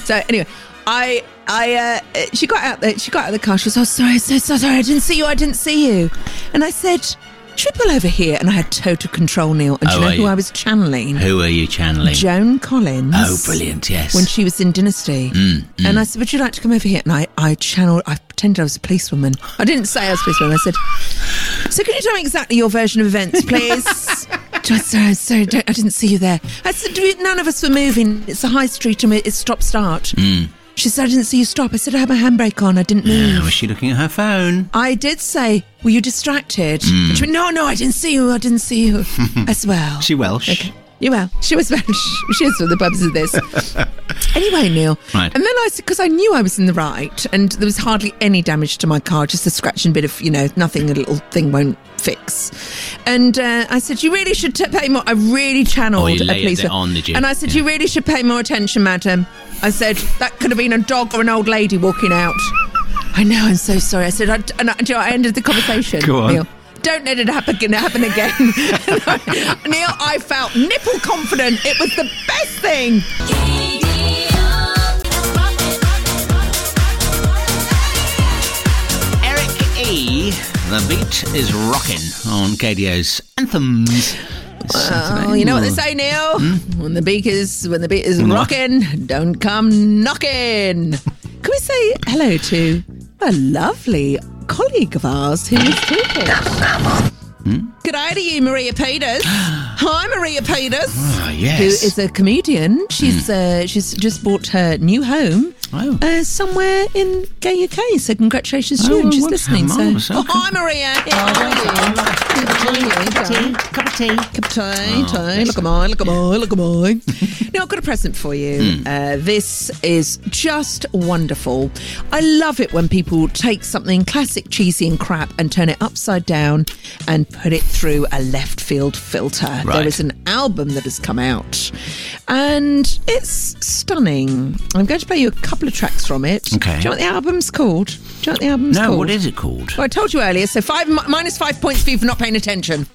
Speaker 2: so anyway, I, I, uh, she got out the, she got out of the car. She was, oh, sorry, so, so sorry, I didn't see you, I didn't see you. And I said, should we pull over here? And I had total control, Neil. And do
Speaker 4: Oh,
Speaker 2: you know
Speaker 4: are
Speaker 2: who
Speaker 4: you?
Speaker 2: I was channeling?
Speaker 4: Who are you channeling?
Speaker 2: Joan Collins.
Speaker 4: Oh, brilliant! Yes.
Speaker 2: When she was in Dynasty. And I said, Would you like to come over here? And I, I channeled, I pretended I was a policewoman. I didn't say I was a policewoman. I said, So can you tell me exactly your version of events, please? Just, sorry, sorry don't, I didn't see you there. I said, "We- None of us were moving. It's a high street and we- it's stop start. She said, I didn't see you stop. I said, I had my handbrake on. I didn't move.
Speaker 4: Oh, was she looking at her phone?
Speaker 2: I did say, Were you distracted? And she went, No, no, I didn't see you. I didn't see you as well.
Speaker 4: She Welsh.
Speaker 2: You well, she was Welsh. She is for the purpose of this. anyway, Neil.
Speaker 4: Right.
Speaker 2: And then I, because I knew I was in the right, and there was hardly any damage to my car, just a scratch and bit of, you know, nothing a little thing won't fix. And uh, I said, you really should t- pay more. I really channeled
Speaker 4: Oh, you
Speaker 2: a
Speaker 4: layered
Speaker 2: police.
Speaker 4: it on, did you?
Speaker 2: And I said,
Speaker 4: Yeah.
Speaker 2: you really should pay more attention, madam. I said that could have been a dog or an old lady walking out. I know. I'm so sorry. I said, I, and I, do you know, I ended the conversation.
Speaker 4: Go on.
Speaker 2: Neil. Don't let it happen, happen again. Neil, I felt nipple confident. It was the best thing.
Speaker 4: Eric E. The beat is rocking on Gadio's anthems.
Speaker 2: Oh, you know what they say, Neil?
Speaker 4: Hmm?
Speaker 2: When the beak is when the beat is rocking, don't come knocking. Can we say hello to a lovely colleague of ours who is British?
Speaker 4: Hmm?
Speaker 2: Good day to you, Maria Peters. Hi, Maria Peters.
Speaker 4: Oh, yes. Hmm.
Speaker 2: Who is a comedian? She's uh, she's just bought her new home
Speaker 4: Oh.
Speaker 2: uh, somewhere in Gay UK. So congratulations to
Speaker 4: Oh,
Speaker 2: you, and she's
Speaker 4: well,
Speaker 2: listening. So,
Speaker 4: marvellous,
Speaker 2: oh,
Speaker 4: okay.
Speaker 2: hi, Maria. Cup of tea. Cup of tea. Cup of tea.
Speaker 4: Ah,
Speaker 2: tea. Look at mine. Look at mine. Look at mine. now I've got a present for you.
Speaker 4: Hmm.
Speaker 2: Uh, this is just wonderful. I love it when people take something classic, cheesy, and crap and turn it upside down and put it through a left field filter. There
Speaker 4: Right.
Speaker 2: is an album that has come out, and it's stunning. I'm going to play you a couple of tracks from it.
Speaker 4: Okay.
Speaker 2: Do you know what the album's called? Do you know what the album's
Speaker 4: no,
Speaker 2: called?
Speaker 4: what is it called?
Speaker 2: Well, I told you earlier, so five mi- minus five points for you for not paying attention.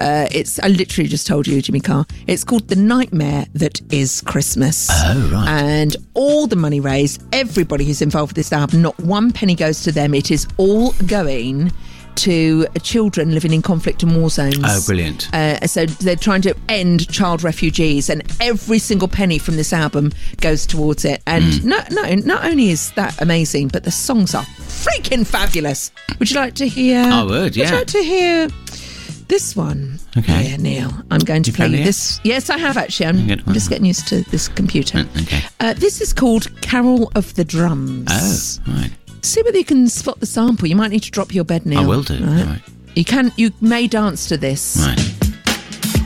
Speaker 2: Uh, it's I literally just told you, Jimmy Carr. It's called The Nightmare That Is Christmas.
Speaker 4: Oh, right.
Speaker 2: And all the money raised, everybody who's involved with this album, not one penny goes to them. It is all going to children living in conflict and war zones.
Speaker 4: Oh, brilliant.
Speaker 2: Uh, so they're trying to end child refugees, and every single penny from this album goes towards it. And
Speaker 4: Hmm.
Speaker 2: not, not, not only is that amazing, but the songs are freaking fabulous. Would you like to hear?
Speaker 4: I would,
Speaker 2: Would
Speaker 4: yeah.
Speaker 2: you like to hear this one?
Speaker 4: Okay.
Speaker 2: Here, Neil. I'm going to
Speaker 4: You
Speaker 2: play
Speaker 4: found
Speaker 2: you
Speaker 4: it?
Speaker 2: this. Yes, I have actually. I'm,
Speaker 4: Good
Speaker 2: I'm just
Speaker 4: one.
Speaker 2: getting used to this computer.
Speaker 4: Mm, okay.
Speaker 2: Uh, this is called Carol of the Drums.
Speaker 4: oh, right.
Speaker 2: See whether you can spot the sample. You might need to drop your bed, Neil.
Speaker 4: I will do.
Speaker 2: Right?
Speaker 4: Right.
Speaker 2: You can. You may dance to this.
Speaker 4: Right.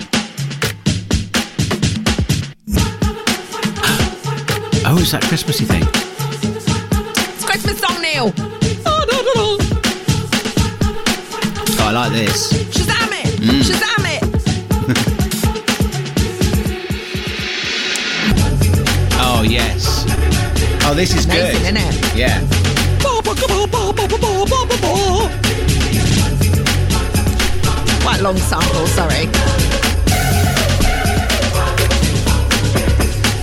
Speaker 4: Oh, is that Christmassy thing?
Speaker 2: It's Christmas song, Neil.
Speaker 4: Oh, I like this.
Speaker 2: Shazam it! Shazam it!
Speaker 4: Oh, yes. Oh, this is
Speaker 2: Amazing,
Speaker 4: good.
Speaker 2: isn't it?
Speaker 4: Oh, Yeah.
Speaker 2: Ba, ba, ga, ba, Quite long sample, sorry.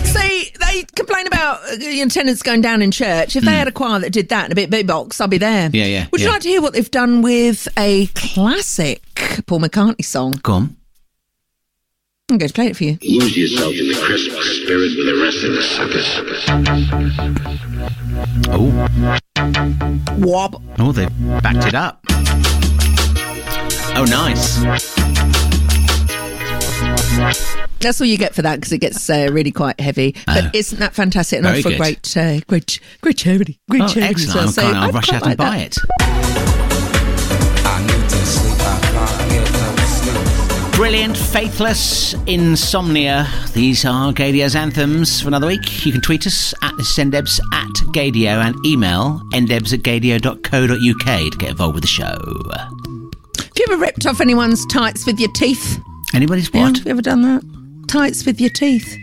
Speaker 2: See, they complain about uh, the attendance going down in church. If they had a choir that did that and a bit beatbox, I'd be there.
Speaker 4: Hmm. Yeah, yeah,
Speaker 2: Would you
Speaker 4: yeah.
Speaker 2: like to hear what they've done with a classic Paul McCartney song?
Speaker 4: Go on.
Speaker 2: I'm going to play it for you.
Speaker 3: Lose yourself in the crisp spirit with the rest of the suckers.
Speaker 4: Oh.
Speaker 2: Wob.
Speaker 4: Oh, they backed it up. Oh, nice.
Speaker 2: That's all you get for that because it gets uh, really quite heavy.
Speaker 4: Oh.
Speaker 2: But isn't that fantastic? And
Speaker 4: Very
Speaker 2: for
Speaker 4: good.
Speaker 2: great, uh, great, great charity. Great
Speaker 4: Oh,
Speaker 2: charity. as well.
Speaker 4: excellent. I'm I'll
Speaker 2: I'd
Speaker 4: rush
Speaker 2: quite
Speaker 4: out
Speaker 2: like
Speaker 4: and buy
Speaker 2: that.
Speaker 4: it. Brilliant, faithless, insomnia. These are Gadio's anthems for another week. You can tweet us at sendebs at Gadio and email ndebs at gadio.co.uk to get involved with the show.
Speaker 2: Have you ever ripped off anyone's tights with your teeth?
Speaker 4: Anybody's what?
Speaker 2: Yeah, have you ever done that? Tights with your teeth.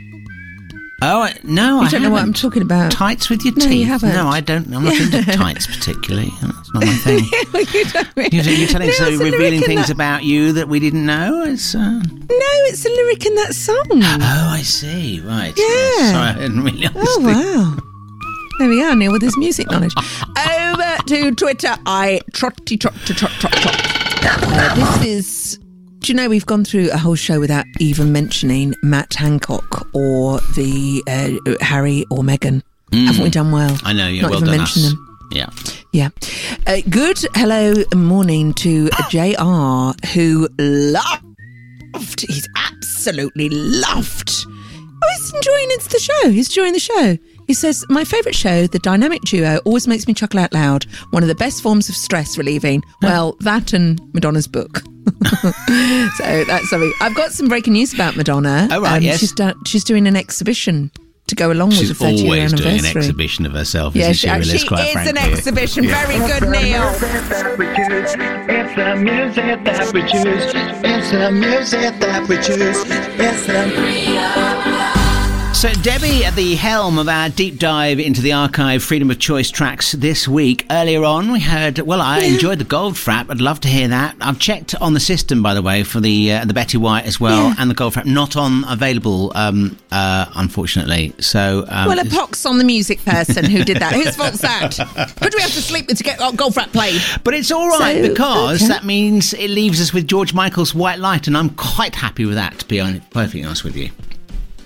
Speaker 4: Oh, I- no,
Speaker 2: you
Speaker 4: I
Speaker 2: don't know what I'm
Speaker 4: haven't.
Speaker 2: talking about.
Speaker 4: Tights with your
Speaker 2: No,
Speaker 4: teeth?
Speaker 2: you haven't.
Speaker 4: No, I don't. I'm not into tights particularly. That's not my thing.
Speaker 2: you don't really-
Speaker 4: You're, you're telling
Speaker 2: no, it's
Speaker 4: us
Speaker 2: a
Speaker 4: so
Speaker 2: lyric
Speaker 4: revealing
Speaker 2: in
Speaker 4: things
Speaker 2: that-
Speaker 4: about you that we didn't know. It's, uh...
Speaker 2: No, it's a lyric in that song.
Speaker 4: Oh, I see. Right. Uh,
Speaker 2: Yeah.
Speaker 4: Sorry, I didn't really
Speaker 2: oh,
Speaker 4: understand.
Speaker 2: wow. There we are, Neil, with his music knowledge. Over to Twitter. I trotty trot to trot trot trot. Uh, this is. Do you know we've gone through a whole show without even mentioning Matt Hancock or the uh, Harry or Meghan? Haven't we done well?
Speaker 4: Mm. I know. Yeah.
Speaker 2: Not
Speaker 4: well
Speaker 2: even
Speaker 4: done,
Speaker 2: mention
Speaker 4: us.
Speaker 2: them.
Speaker 4: Yeah.
Speaker 2: Yeah. Uh, good hello morning to JR, who loved, he's absolutely loved. Oh, he's enjoying it's the show. He's enjoying the show. He says, My favourite show, The Dynamic Duo, always makes me chuckle out loud. One of the best forms of stress relieving. Well, that and Madonna's book. so that's something. I've got some breaking news about Madonna. Um,
Speaker 4: Oh, right, yes.
Speaker 2: She's, do- she's doing an exhibition to go along
Speaker 4: She's
Speaker 2: with the 30 year
Speaker 4: always
Speaker 2: anniversary.
Speaker 4: doing an exhibition of herself,
Speaker 2: Yeah,
Speaker 4: isn't
Speaker 2: she- uh,
Speaker 4: she? really?
Speaker 2: she
Speaker 4: It's quite
Speaker 2: is an
Speaker 4: frankly- Um,
Speaker 2: exhibition. Very good, Neil.
Speaker 9: It's the music that we choose. It's the music that we choose. It's the.
Speaker 4: So, Debbie at the helm of our deep dive into the archive Freedom of Choice tracks this week. Earlier on, we heard, well, I enjoyed the Gold Frap. I'd love to hear that. I've checked on the system, by the way, for the uh, the Betty White as well and the Gold Frap. Not on available, um, uh, unfortunately. So, um,
Speaker 2: well, a
Speaker 4: it's-
Speaker 2: pox on the music person who did that. Whose fault's that? Who do we have to sleep with to get our golf rat played?
Speaker 4: But it's all right
Speaker 2: So,
Speaker 4: because
Speaker 2: okay.
Speaker 4: that means it leaves us with George Michael's White Light, and I'm quite happy with that. To be hon- perfectly honest with you,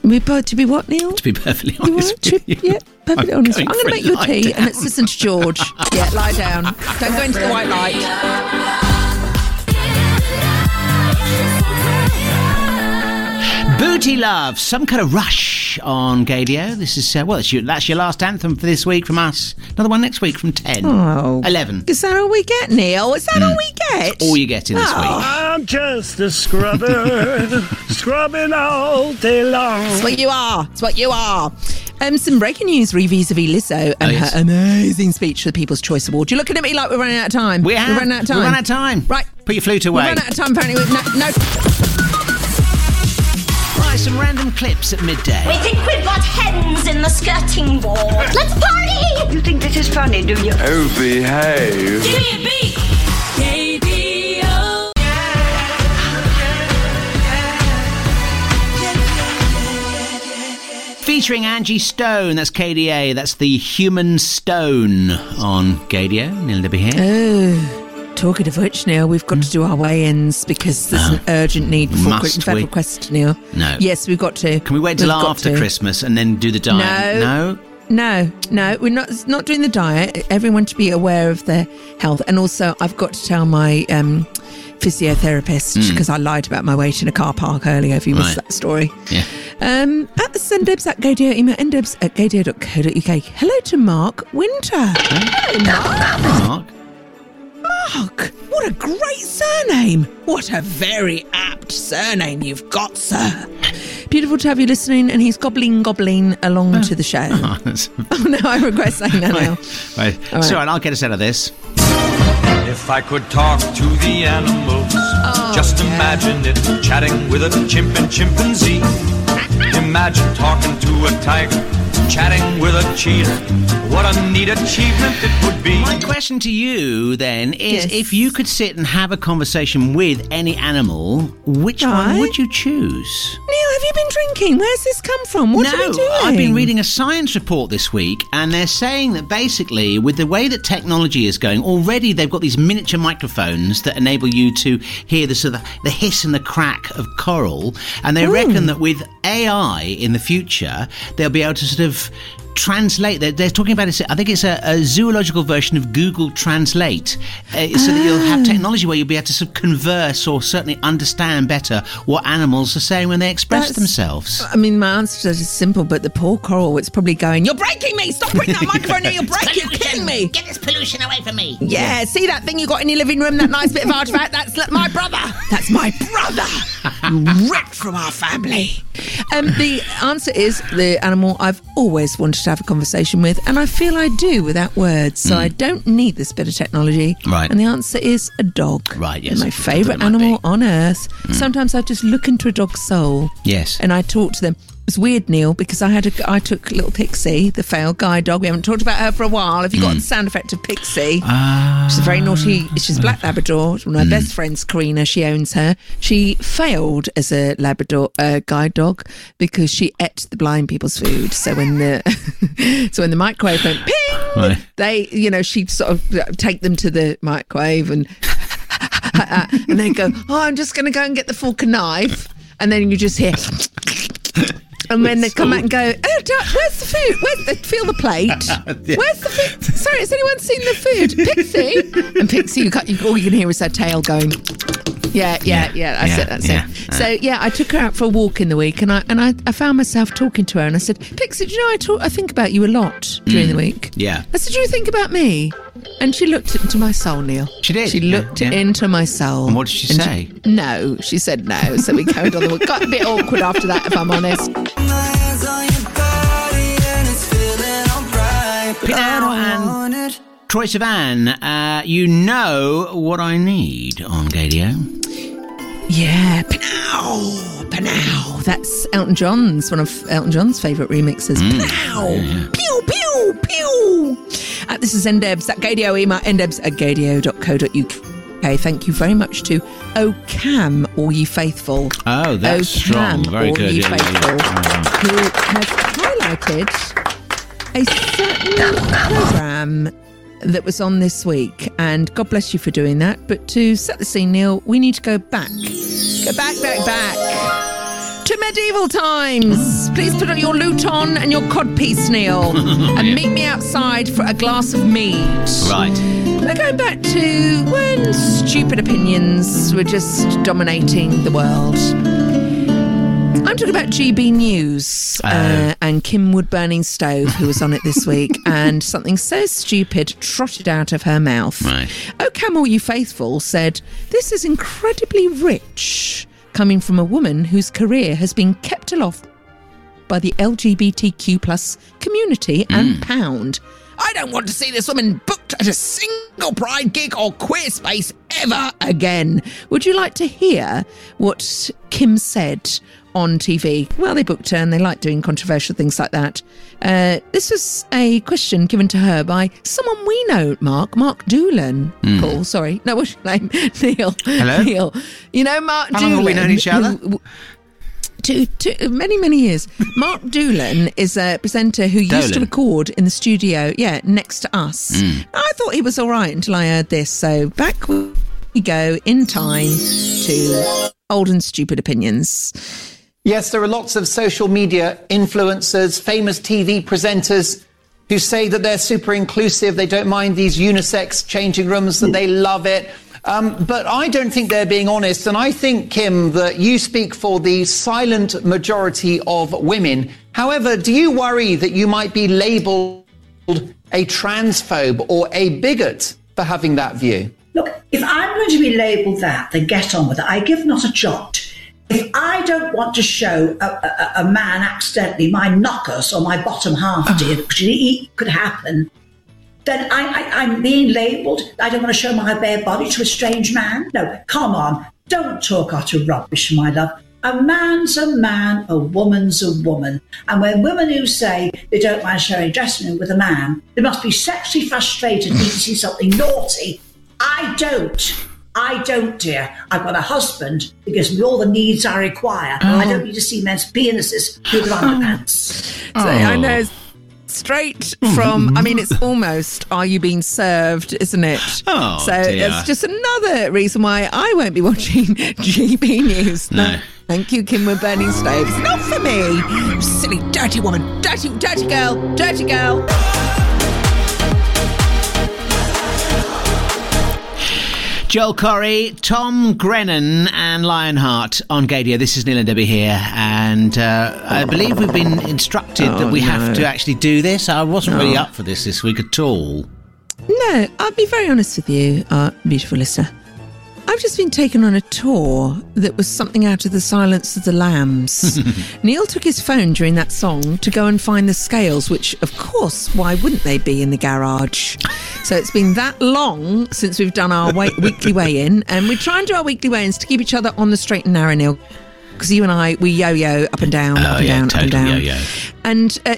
Speaker 2: We both to be what, Neil?
Speaker 4: to be perfectly
Speaker 2: You
Speaker 4: honest
Speaker 2: want to?
Speaker 4: with you,
Speaker 2: Yeah, perfectly
Speaker 4: I'm
Speaker 2: honest. I'm going
Speaker 4: going for
Speaker 2: to
Speaker 4: a
Speaker 2: make you a
Speaker 4: lie
Speaker 2: tea
Speaker 4: down.
Speaker 2: and let's listen to George. yeah, lie down. Don't go into the white light.
Speaker 4: Booty Love, some kind of rush on Gadio. This is uh, well, that's your, that's your last anthem for this week from us. Another one next week from ten,
Speaker 2: Oh.
Speaker 4: eleven.
Speaker 2: Is that all we get, Neil? Is that all we get?
Speaker 4: Mm.
Speaker 2: Ah,
Speaker 4: All you're getting this week.
Speaker 12: I'm just a scrubber, scrubbing all day long.
Speaker 2: It's what you are. It's what you are. Um, some breaking news re vis a vis Lizzo and
Speaker 4: Oh, yes.
Speaker 2: her amazing speech for the People's Choice Award. You're looking at me like we're running out of time.
Speaker 4: We
Speaker 2: We're
Speaker 4: have
Speaker 2: running out of time.
Speaker 4: We're running out of time.
Speaker 2: Right.
Speaker 4: Put your flute
Speaker 2: We've
Speaker 4: away.
Speaker 2: run out of time, apparently. We've no, no.
Speaker 4: Right, some random clips at midday.
Speaker 7: We think we've got hens in the skirting board. Let's party! You think this is funny, do you?
Speaker 13: Oh, behave.
Speaker 4: Featuring Angie Stone, that's KDA, that's the human stone on Gadio. Neil Libby here.
Speaker 2: Oh, talking of which, Neil, we've got to do our weigh-ins because there's an urgent need for
Speaker 4: Uh-huh. Must
Speaker 2: quick federal
Speaker 4: we?
Speaker 2: request, Neil.
Speaker 4: No.
Speaker 2: Yes, we've got to.
Speaker 4: Can we wait till
Speaker 2: We've got
Speaker 4: after
Speaker 2: to.
Speaker 4: Christmas and then do the diet?
Speaker 2: No.
Speaker 4: No.
Speaker 2: No, no, we're not it's not doing the diet. Everyone should be aware of their health, and also I've got to tell my um, physiotherapist because I lied about my weight in a car park earlier. If you missed
Speaker 4: Hmm. Right.
Speaker 2: that story,
Speaker 4: Yeah.
Speaker 2: um, at the sendebs at gadio email ndebs at gadio.co.uk. Hello to Mark Winter. Hello, Mark.
Speaker 4: Mark.
Speaker 2: Mark, what a great surname! What a very apt surname you've got, sir. Beautiful to have you listening, and he's gobbling, gobbling along to the show.
Speaker 4: Oh, that's-
Speaker 2: Oh no, I regret saying that now.
Speaker 4: right.
Speaker 2: All right.
Speaker 4: So, right, I'll get us out of this.
Speaker 14: If I could talk to the
Speaker 2: Oh,
Speaker 14: animals, just imagine it chatting with a chimp and chimpanzee. Imagine talking to a tiger, chatting with a cheater. What a neat achievement it would be.
Speaker 4: My question to you then is if you could sit and have a conversation with any animal, which one
Speaker 2: Right.
Speaker 4: would you choose?
Speaker 2: Neil, have you been drinking? Where's this come from? What are
Speaker 4: no,
Speaker 2: we doing?
Speaker 4: I've been reading a science report this week, and they're saying that basically, with the way that technology is going, already they've got these miniature microphones that enable you to hear the sort of the hiss and the crack of coral. And they
Speaker 2: Hmm.
Speaker 4: reckon that with AI in the future, they'll be able to sort of translate. They're, they're talking about it. I think it's a, a zoological version of Google Translate, uh, so that you'll
Speaker 2: Ah.
Speaker 4: have technology where you'll be able to sort of converse or certainly understand better what animals are saying when they express
Speaker 2: That's- uh,
Speaker 4: themselves.
Speaker 2: I mean, my answer to that is simple, but the poor coral, it's probably going, You're breaking me! Stop putting that microphone in! You're breaking! You're killing me!
Speaker 13: Get this pollution away from me.
Speaker 2: Yeah, see that thing you got in your living room, that nice bit of artifact? That's li- my brother! That's my brother! Ripped from our family! Um, the answer is the animal I've always wanted to have a conversation with, and I feel I do without words, so I don't need this bit of technology.
Speaker 4: Right.
Speaker 2: And the answer is a dog.
Speaker 4: Right, yes, I
Speaker 2: My
Speaker 4: thought that it
Speaker 2: favourite
Speaker 4: might
Speaker 2: animal on earth.
Speaker 4: Mm.
Speaker 2: Sometimes I just look into a dog's soul.
Speaker 4: Yes.
Speaker 2: And I talk to them. It's weird, Neil, because I had a I took little Pixie, the failed guide dog. We haven't talked about her for a while. Have you got
Speaker 4: Mm.
Speaker 2: the sound effect of Pixie?
Speaker 4: Ah.
Speaker 2: she's a very naughty. She's a black Labrador. One of my
Speaker 4: Hmm.
Speaker 2: best friends, Karina, she owns her. She failed as a Labrador uh, guide dog because she ate the blind people's food. So when the so when the microwave went ping,
Speaker 4: Right.
Speaker 2: they you know she'd sort of uh, take them to the microwave and and they go, "Oh, I'm just going to go and get the fork and knife," and then you just hear. And when they come out and go, oh, Dad, where's the food? Where's the, feel the plate?
Speaker 4: Yeah.
Speaker 2: Where's the food? Sorry, has anyone seen the food? Pixie and Pixie, you can't, you, all you can hear is her tail going. Yeah, yeah, yeah. that's
Speaker 4: yeah,
Speaker 2: it. That's
Speaker 4: yeah,
Speaker 2: it. So yeah, I took her out for a walk in the week, and I and I, I found myself talking to her, and I said, Pixie, do you know I talk, I think about you a lot during the week.
Speaker 4: Mm. Yeah.
Speaker 2: I said, do you think about me? And she looked into my soul, Neil. She did. She looked
Speaker 4: yeah.
Speaker 2: into my soul.
Speaker 4: And what did she say?
Speaker 2: she- no, she said no. So we carried on the walk. Got a bit awkward after that, if I'm honest.
Speaker 4: Pinero and Troy Sivan, uh, you know what I need on Gadio.
Speaker 2: Yeah, Panow, Panow. That's Elton John's one of Elton John's favourite remixes. Panow, pew, pew, pew. Uh, this is Ndebs at Gadio. Email ndebs at gadio.co.uk. Okay, thank you very much to Ocam, all ye faithful.
Speaker 4: Oh, that's
Speaker 2: Ocam,
Speaker 4: strong. Very
Speaker 2: all
Speaker 4: good.
Speaker 2: Ye
Speaker 4: Yeah, yeah,
Speaker 2: faithful,
Speaker 4: yeah.
Speaker 2: Who has highlighted a certain program that was on this week, and God bless you for doing that. But to set the scene, Neil, we need to go back, go back, back, back to medieval times. Please put on your luton and your codpiece, Neil, and
Speaker 4: Yeah.
Speaker 2: meet me outside for a glass of mead.
Speaker 4: Right.
Speaker 2: We're going back to when stupid opinions were just dominating the world. I'm talking about GB News uh, and Kim Woodburning Stove, who was on it this week, and something so stupid trotted out of her mouth. Right. Oh, Camel, you faithful, said, This is incredibly rich coming from a woman whose career has been kept aloft by the LGBTQ plus community
Speaker 4: Mm.
Speaker 2: and pound. I don't want to see this woman booked at a single pride gig or queer space ever again. Would you like to hear what Kim said on TV? Well, they booked her and they like doing controversial things like that. Uh, this was a question given to her by someone we know, Mark, Mark Doolan.
Speaker 4: Mm.
Speaker 2: Paul, sorry. No, what's your name? Neil.
Speaker 4: Hello?
Speaker 2: Neil. You know, Mark
Speaker 4: How long have we
Speaker 2: Doolan,
Speaker 4: known each other?
Speaker 2: who- to, to many many years. Mark Doolan is a presenter who used to
Speaker 4: Dolan.
Speaker 2: record in the studio, yeah, next to us.
Speaker 4: Mm.
Speaker 2: I thought he was all right until I heard this. So back we go in time to old and stupid opinions.
Speaker 15: Yes, there are lots of social media influencers, famous TV presenters who say that they're super inclusive, they don't mind these unisex changing rooms, that they love it. Um, but I don't think they're being honest. And I think, Kim, that you speak for the silent majority of women. However, do you worry that you might be labeled a transphobe or a bigot for having that view?
Speaker 8: If I'm going to be labelled that, then get on with it. I give not a jot. If I don't want to show a, a, a man accidentally my knockers or my bottom half, dear, which e- could happen, then I, I, I'm being labelled. I don't want to show my bare body to a strange man. No, come on. Don't talk utter rubbish, my love. A man's a man, a woman's a woman. And when women who say they don't mind sharing a dressing room with a man, they must be sexually frustrated need to see something naughty. I don't. I don't, dear. I've got a husband who gives me all the needs I require. I
Speaker 4: Oh.
Speaker 8: don't need to see men's penises through the underpants.
Speaker 2: So
Speaker 4: Oh.
Speaker 2: I know it's straight from. I mean, it's almost "Are you being served?" isn't it?
Speaker 4: Oh,
Speaker 2: so
Speaker 4: dear.
Speaker 2: it's just another reason why I won't be watching GB News.
Speaker 4: No.
Speaker 2: Thank you, Kim with burning stoves. Not for me. You Silly, dirty woman, dirty, dirty girl, dirty girl.
Speaker 4: Joel Corry, Tom Grennan, and Lionheart on Gadio. This is Neil and Debbie here, and uh, I believe we've been instructed
Speaker 2: Oh,
Speaker 4: that we
Speaker 2: no.
Speaker 4: have to actually do this. I wasn't
Speaker 2: No.
Speaker 4: really up for this this week at all.
Speaker 2: No, I'll be very honest with you, our beautiful listener. I've just been taken on a tour that was something out of the Silence of the Lambs. Neil took his phone during that song to go and find the scales, which, of course, why wouldn't they be in the garage? So it's been that long since we've done our wei- weekly weigh in, and we try and do our weekly weigh ins to keep each other on the straight and narrow, Neil. Because you and I, we yo yo up and down, up
Speaker 4: oh
Speaker 2: and
Speaker 4: yeah,
Speaker 2: down,
Speaker 4: total
Speaker 2: up and down.
Speaker 4: yo-yo.
Speaker 2: And uh,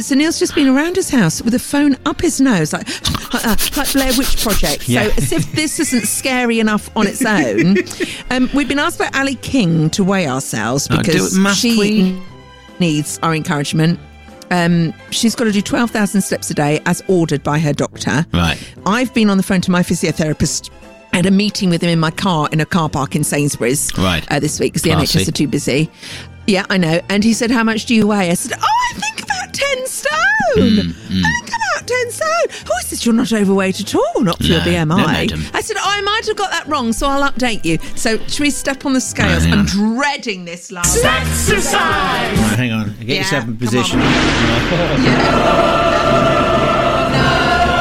Speaker 2: so Neil's just been around his house with a phone up his nose, like like, that, like Blair Witch Project.
Speaker 4: Yeah.
Speaker 2: So as if this isn't scary enough on its own, um, we've been asked by Ali King to weigh ourselves
Speaker 4: Oh, do
Speaker 2: because
Speaker 4: it, must
Speaker 2: she
Speaker 4: we?
Speaker 2: needs our encouragement. Um, she's got to do twelve thousand steps a day, as ordered by her doctor.
Speaker 4: Right.
Speaker 2: I've been on the phone to my physiotherapist at a meeting with him in my car in a car park in Sainsbury's
Speaker 4: Right.
Speaker 2: uh, this week because the
Speaker 4: Classy.
Speaker 2: NHS are too busy. Yeah, I know. And he said, How much do you weigh? I said, Oh, I think about 10 stone.
Speaker 4: Mm,
Speaker 2: I think about 10 stone. Oh, he says, You're not overweight at all, not for your
Speaker 4: No,
Speaker 2: BMI.
Speaker 4: no, madam.
Speaker 2: I said, oh, I might have got that wrong, so I'll update you. So, should we step on the scales?
Speaker 4: hang
Speaker 2: I'm
Speaker 4: on.
Speaker 2: dreading this last.
Speaker 4: All right, hang on, get
Speaker 2: Yeah,
Speaker 4: yourself
Speaker 2: come
Speaker 4: in position.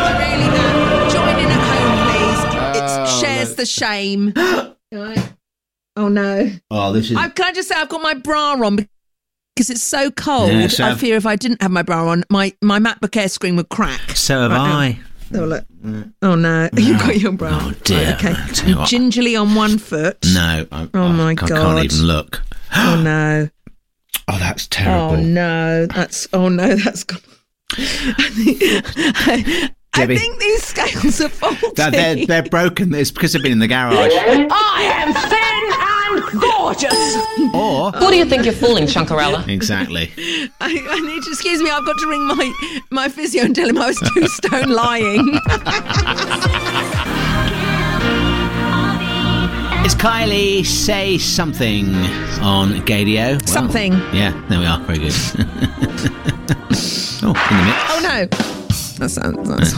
Speaker 2: Join in at home, please.
Speaker 4: Oh,
Speaker 2: it shares the shame. Right. oh, no.
Speaker 4: Oh, this is
Speaker 2: I, can I just say I've got my bra on because it's so cold.
Speaker 4: Yeah, so
Speaker 2: I
Speaker 4: have-
Speaker 2: fear if I didn't have my bra on, my, my MacBook Air screen would crack.
Speaker 4: so have I.
Speaker 2: Right, Oh, look. Oh, no. You've got your bra on.
Speaker 4: Mm. Oh, Dear,
Speaker 2: Okay.
Speaker 4: I tell you what.
Speaker 2: Gingerly on one foot.
Speaker 4: no, I,
Speaker 2: Oh,
Speaker 4: I
Speaker 2: my
Speaker 4: can't,
Speaker 2: God.
Speaker 4: can't even look.
Speaker 2: Oh, no.
Speaker 4: Oh, that's terrible.
Speaker 2: Oh, no. That's, oh, no, that's gone. I
Speaker 4: Debbie.
Speaker 2: think these scales are faulty.
Speaker 4: They're, they're, they're broken. It's because they've been in the garage.
Speaker 2: I am thin and gorgeous.
Speaker 4: Or
Speaker 2: Who do you think
Speaker 13: you're fooling, Chunkarella?
Speaker 4: Exactly.
Speaker 2: I, I need to excuse me. I've got to ring my my physio and tell him I was two stone lying.
Speaker 4: It's Kylie Say Something on Gadio. Well,
Speaker 2: Something.
Speaker 4: Yeah, there we are. Very good. oh, in the mix.
Speaker 2: oh no. That sounds. That's...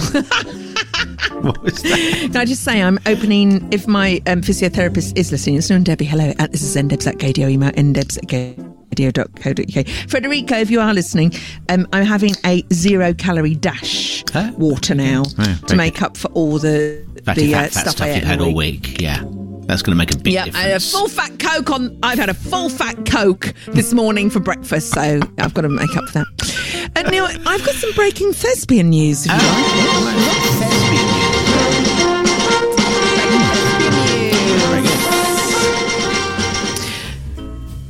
Speaker 4: What was that?
Speaker 2: Can I just say I'm opening? If my um, physiotherapist is listening, it's known Debbie. Hello at this is ndebs at gadio email ndebs at gadio.co.uk. Federico, if you are listening, um, I'm having a zero calorie dash water now
Speaker 4: Oh, very
Speaker 2: to make up for all the
Speaker 4: Fatty
Speaker 2: the
Speaker 4: fat,
Speaker 2: uh,
Speaker 4: fat
Speaker 2: stuff,
Speaker 4: stuff
Speaker 2: I
Speaker 4: you've
Speaker 2: ate
Speaker 4: had
Speaker 2: all
Speaker 4: all
Speaker 2: week.
Speaker 4: week. Yeah. That's going to make a big
Speaker 2: Yeah, I had a
Speaker 4: difference.
Speaker 2: full fat coke on. I've had a full fat coke this morning for breakfast, so I've got to make up for that. And now I've got some breaking thespian news.
Speaker 4: Oh.
Speaker 2: If you like.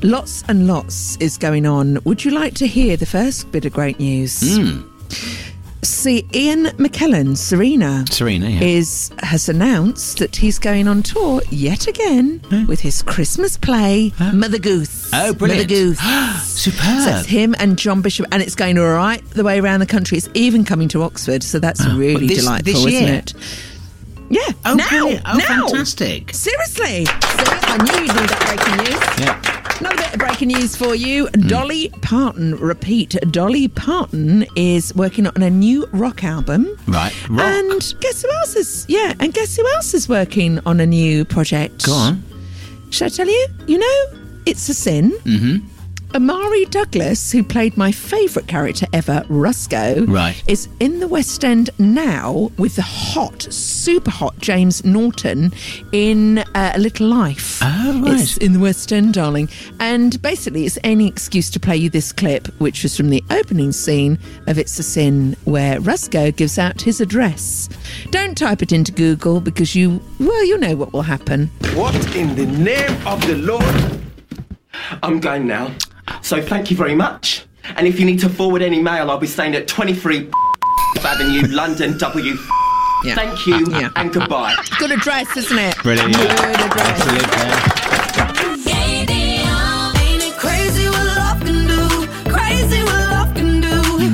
Speaker 2: Lots and lots is going on. Would you like to hear the first bit of great news?
Speaker 4: Hmm.
Speaker 2: See, Ian McKellen, Serena,
Speaker 4: Serena, yeah.
Speaker 2: is has announced that he's going on tour yet again with his Christmas play, Mother Goose.
Speaker 4: Oh,
Speaker 2: Mother
Speaker 4: brilliant.
Speaker 2: Goose.
Speaker 4: Superb.
Speaker 2: So it's him and John Bishop, and it's going right the way around the country. It's even coming to Oxford, so that's really
Speaker 4: Ah, this-
Speaker 2: delightful,
Speaker 4: this
Speaker 2: isn't
Speaker 4: year?
Speaker 2: it? Yeah.
Speaker 4: Oh,
Speaker 2: now,
Speaker 4: brilliant. Oh,
Speaker 2: now.
Speaker 4: fantastic.
Speaker 2: Seriously. So I knew you'd need that breaking news.
Speaker 4: Yeah.
Speaker 2: Another bit of breaking news for you. Dolly Parton, repeat, Dolly Parton is working on a new rock album.
Speaker 4: Right. Rock.
Speaker 2: And guess who else is? Yeah, and guess who else is working on a new project?
Speaker 4: Go on.
Speaker 2: Shall I tell you? You know, it's a sin.
Speaker 4: Mm-hmm.
Speaker 2: Amari Douglas, who played my favourite character ever, Roscoe,
Speaker 4: Right.
Speaker 2: is in the West End now with the hot, super hot James Norton in uh, A Little Life.
Speaker 4: Oh, right.
Speaker 2: It's in the West End, darling. And basically, it's any excuse to play you this clip, which was from the opening scene of It's a Sin, where Roscoe gives out his address. Don't type it into Google because you, well, you know what will happen.
Speaker 16: What in the name of the Lord
Speaker 13: I'm going now. So thank you very much. And if you need to forward any mail, I'll be staying at 23 Avenue, London, W. Thank you and goodbye.
Speaker 2: Good address, isn't it?
Speaker 4: Brilliant.
Speaker 2: Good
Speaker 4: address.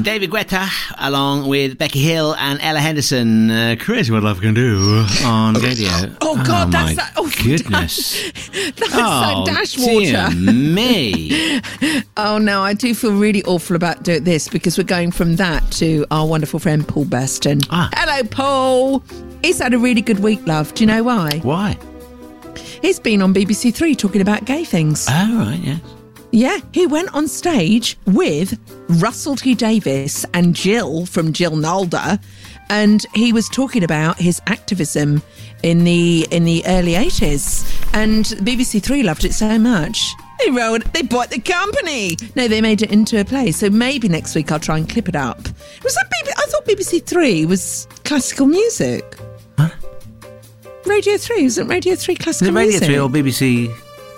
Speaker 4: David Guetta, along with Becky Hill and Ella Henderson. Uh, crazy what love can do on radio.
Speaker 2: Oh, God, that's
Speaker 4: my
Speaker 2: that- oh,
Speaker 4: goodness.
Speaker 2: That's
Speaker 4: Oh,
Speaker 2: that dash
Speaker 4: dear
Speaker 2: water.
Speaker 4: me.
Speaker 2: Oh no, I do feel really awful about do this because we're going from that to our wonderful friend Paul Burston.
Speaker 4: Ah.
Speaker 2: Hello, Paul. He's had a really good week, love. Do you know why?
Speaker 4: Why?
Speaker 2: He's been on BBC Three talking about gay things.
Speaker 4: Oh right, yes.
Speaker 2: Yeah, he went on stage with Russell T Davis and Jill from Jill Nalda, and he was talking about his activism in the in the early eighties. And BBC Three loved it so much. They rolled, they bought the company. No, they made it into a play. So maybe next week I'll try and clip it up. Was that BBC? I thought BBC Three was classical music. Radio Three isn't Radio Three
Speaker 4: Is
Speaker 2: classical
Speaker 4: it Radio
Speaker 2: music?
Speaker 4: Three or BBC?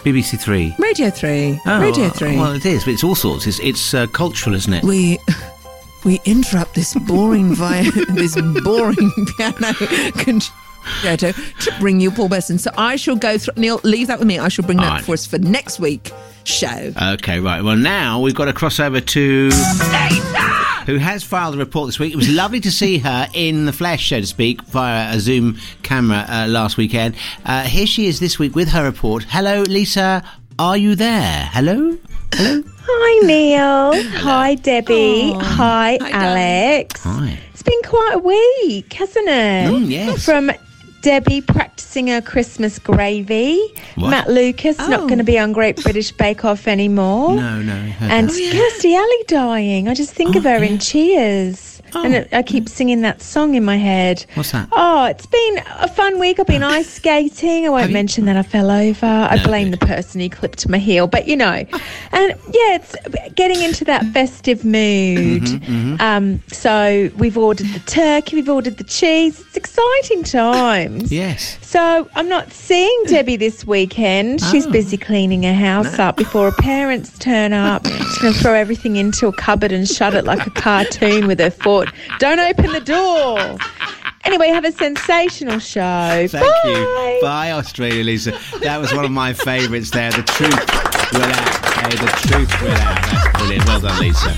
Speaker 4: BBC Three.
Speaker 2: Radio Three.
Speaker 4: Oh,
Speaker 2: Radio
Speaker 4: well,
Speaker 2: Three.
Speaker 4: Well, it is, but it's all sorts. It's, it's uh, cultural, isn't it?
Speaker 2: We we interrupt this boring via this boring piano concerto to bring you Paul Besson. So I shall go through Neil, leave that with me. I shall bring that for us for next week show.
Speaker 4: Okay, right. Well, now we've got to cross over to. Who has filed a report this week? It was lovely to see her in the flesh, so to speak, via a Zoom camera uh, last weekend. Uh, here she is this week with her report. Hello, Lisa. Are you there? Hello? Hello?
Speaker 16: Hi, Neil. Hi, Debbie. Hi, Alex.
Speaker 4: Hi.
Speaker 16: It's been quite a week, hasn't it?
Speaker 4: Mm, yes.
Speaker 16: From Debbie practicing her Christmas gravy,
Speaker 4: What?
Speaker 16: Matt Lucas not going to be on Great British Bake Off anymore,
Speaker 4: No, no. I
Speaker 10: Uh,
Speaker 4: heard
Speaker 16: and
Speaker 4: that.
Speaker 16: Kirsty Alley dying. I just think of her in Cheers. And it, I keep singing that song in my head.
Speaker 4: What's that?
Speaker 16: Oh, it's been a fun week. I've been ice skating. I won't mention that I fell over. I blame the person who clipped my heel, but you know. And yeah, it's getting into that festive mood.
Speaker 4: Mm-hmm,
Speaker 16: Um, so we've ordered the turkey, we've ordered the cheese. It's exciting times.
Speaker 4: Yes.
Speaker 16: So I'm not seeing Debbie this weekend.
Speaker 4: Oh.
Speaker 16: She's busy cleaning her house up before her parents turn up. She's going to throw everything into a cupboard and shut it like a cartoon with her foot. Don't open the door. Anyway, have a sensational show.
Speaker 4: Thank you. Bye, Australia, Lisa. That was one of my favourites there. The truth will out. Hey, the truth will out. That's brilliant. Well done, Lisa.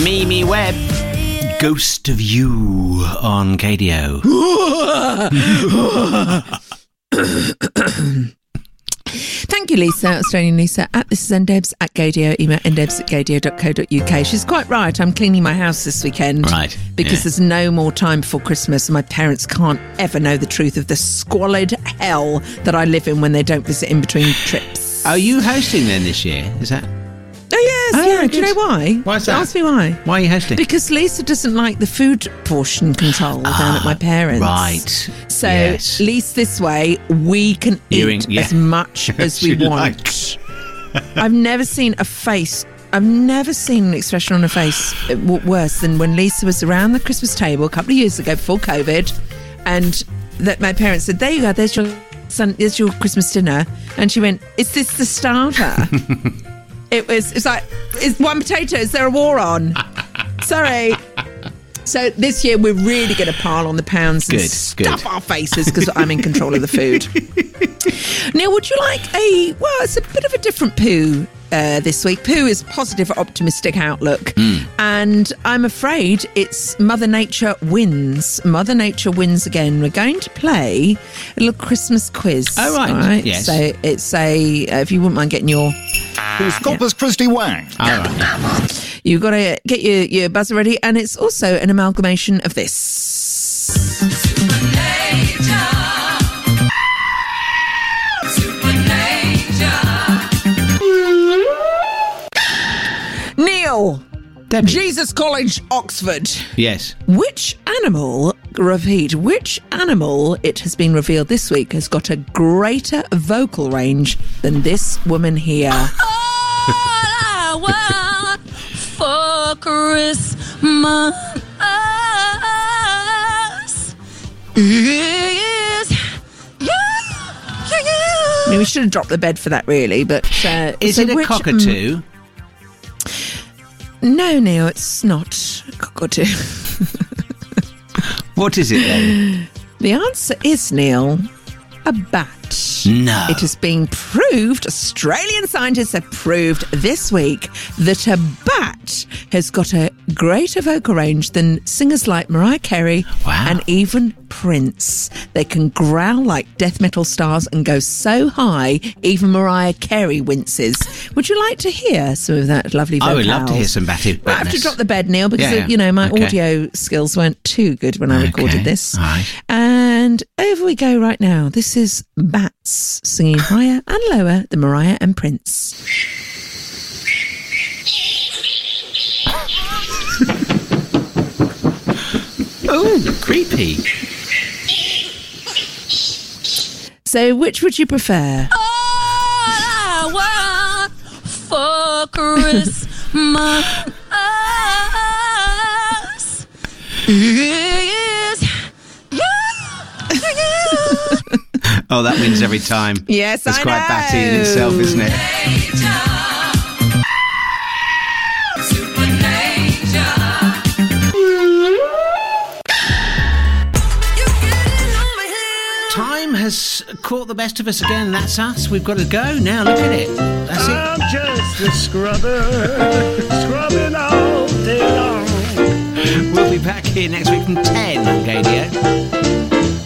Speaker 4: Great. Mimi Webb. Ghost of You on Gadio.
Speaker 2: Thank you, Lisa, Australian Lisa, at this is ndebs at gadio, email ndebs at gadio.co.uk. She's quite right. I'm cleaning my house this weekend.
Speaker 4: Right,
Speaker 2: Because
Speaker 4: yeah.
Speaker 2: there's no more time before Christmas, and my parents can't ever know the truth of the squalid hell that I live in when they don't visit in between trips.
Speaker 4: Are you hosting then this year? Is that
Speaker 2: Oh, yes,
Speaker 4: Ah,
Speaker 2: yeah. Do you know why? Why's
Speaker 4: that?
Speaker 2: Ask me why.
Speaker 4: why are you hosting?
Speaker 2: Because Lisa doesn't like the food portion control down at my parents.
Speaker 4: Ah, right.
Speaker 2: So,
Speaker 4: Yes.
Speaker 2: at least this way, we can
Speaker 4: You
Speaker 2: eat
Speaker 4: in- yeah.
Speaker 2: as much as we
Speaker 4: She
Speaker 2: want. I've never seen a face. I've never seen an expression on a face uh, w- worse than when Lisa was around the Christmas table a couple of years ago before COVID, and that my parents said, "There you go. There's your son. There's your Christmas dinner." And she went, "Is this the starter?" it was. It's like, "Is one potato? Is there a war on?" Sorry. So this year we're really going to pile on the pounds and
Speaker 4: Good, good.
Speaker 2: stuff our faces because I'm in control of the food. Now, would you like a well? It's a bit of a different poo uh, this week. Poo is positive, optimistic outlook,
Speaker 17: Hmm.
Speaker 2: and I'm afraid it's Mother Nature wins. Mother Nature wins again. We're going to play a little Christmas quiz.
Speaker 17: Oh, right.
Speaker 2: all
Speaker 17: Yes.
Speaker 2: So it's a uh, if you wouldn't mind getting your
Speaker 17: Who's Corpus Christi Wang?
Speaker 2: You've got to get your, your buzzer ready, and it's also an amalgamation of this. Neil! Jesus College, Oxford.
Speaker 4: Yes.
Speaker 2: Which animal, repeat, which animal, it has been revealed this week, has got a greater vocal range than this woman here?
Speaker 1: I want for Christmas is you.
Speaker 2: I mean, we should have dropped the bed for that, really. But uh,
Speaker 4: Is
Speaker 2: so
Speaker 4: it a
Speaker 2: which-
Speaker 4: cockatoo?
Speaker 2: mm, no, Neil, it's not a cockatoo.
Speaker 4: What is it then?
Speaker 2: the answer is Neil, a bat.
Speaker 4: No.
Speaker 2: It has been proved. Australian scientists have proved this week that a bat has got a greater vocal range than singers like Mariah Carey and even Prince. They can growl like death metal stars and go so high, even Mariah Carey winces. Would you like to hear some of that lovely?
Speaker 4: I would love to
Speaker 2: vocals?
Speaker 4: hear some batted
Speaker 2: I have to
Speaker 4: badness.
Speaker 2: drop the bed, Neil, because uh,
Speaker 4: Yeah, yeah.
Speaker 2: you know my
Speaker 4: Okay.
Speaker 2: audio skills weren't too good when I recorded this.
Speaker 4: All right.
Speaker 2: And over we go right now. This is Bats singing higher and lower than Mariah and Prince.
Speaker 4: Oh, creepy.
Speaker 2: So, which would you prefer?
Speaker 1: I want for Christmas is
Speaker 4: Oh, that wins every time.
Speaker 1: Yes,
Speaker 4: It's
Speaker 1: I
Speaker 4: quite batty in
Speaker 1: know.
Speaker 4: itself, isn't it? Time has caught the best of us again. That's us. We've got to go now. Look at it. That's it.
Speaker 12: I'm just a scrubber, scrubbing all day long.
Speaker 4: We'll be back here next week from 10 on Gadio.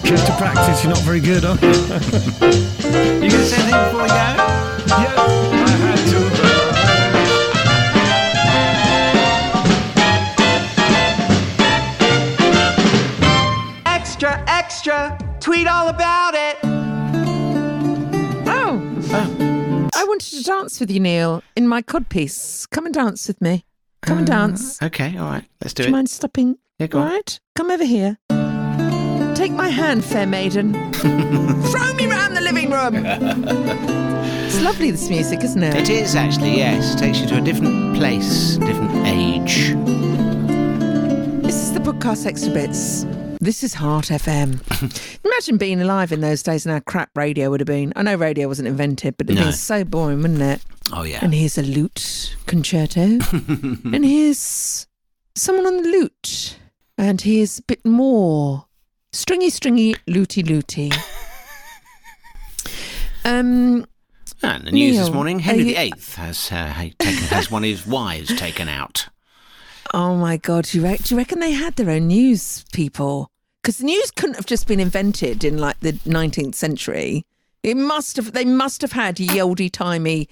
Speaker 12: Get to practice, you're not very good, are you? you going to say anything before we go? Yes, I had to.
Speaker 9: Extra, extra, tweet all about it.
Speaker 2: Oh. I wanted to dance with you, Neil, in my codpiece. Come and dance with me. Come
Speaker 4: Uh,
Speaker 2: and dance.
Speaker 4: Okay, all right. Let's do
Speaker 2: Do
Speaker 4: it.
Speaker 2: you mind stopping?
Speaker 4: Yeah, go
Speaker 2: All
Speaker 4: on.
Speaker 2: right, come over here. Take my hand, fair maiden. Throw me round the living room. it's lovely, this music, isn't it?
Speaker 4: It is actually, yes. It takes you to a different place, different age.
Speaker 2: This is the podcast Extra Bits. This is Heart FM. Imagine being alive in those days and how crap radio would have been. I know radio wasn't invented, but it'd
Speaker 4: No.
Speaker 2: been so boring, wouldn't it?
Speaker 4: Oh, yeah.
Speaker 2: And here's a lute concerto. and here's someone on the lute. And here's a bit more stringy, stringy, lutey, lutey. um,
Speaker 4: And the news this
Speaker 2: Neil,
Speaker 4: morning
Speaker 2: are
Speaker 4: Henry
Speaker 2: you-
Speaker 4: VIII has, uh, ha- taken, has one of his wives taken out.
Speaker 2: Oh my God, you rec- do you reckon they had their own news people? Because the news couldn't have just been invented in like the 19th century. It must have, they must have had ye oldy timey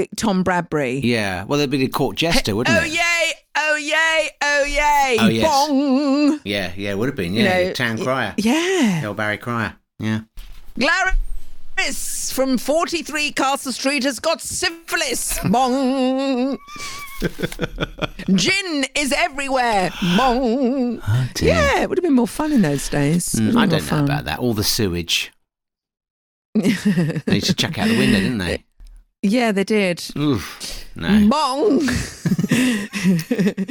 Speaker 2: uh, Tom Bradbury.
Speaker 4: Yeah, well, they'd be the court jester, wouldn't
Speaker 2: oh
Speaker 4: it?
Speaker 2: yay, oh yay, oh yay,
Speaker 4: Oh, yes.
Speaker 2: bong.
Speaker 4: Yeah, yeah, it would have been.
Speaker 2: You
Speaker 4: Yeah,
Speaker 2: know,
Speaker 4: town
Speaker 2: y-
Speaker 4: crier.
Speaker 2: yeah.
Speaker 4: The old Barry Crier. Yeah.
Speaker 2: Glaris from 43 Castle Street has got syphilis, bong. Gin is everywhere, bong.
Speaker 4: dear.
Speaker 2: yeah, it would have been more fun in those days.
Speaker 4: Mm,
Speaker 2: Would've Oh, been
Speaker 4: I
Speaker 2: more
Speaker 4: don't know
Speaker 2: fun.
Speaker 4: about that. All the sewage. They used to chuck out the window, didn't they?
Speaker 2: Yeah, they did.
Speaker 4: Oof.
Speaker 2: Mm.
Speaker 4: No.
Speaker 2: Bong.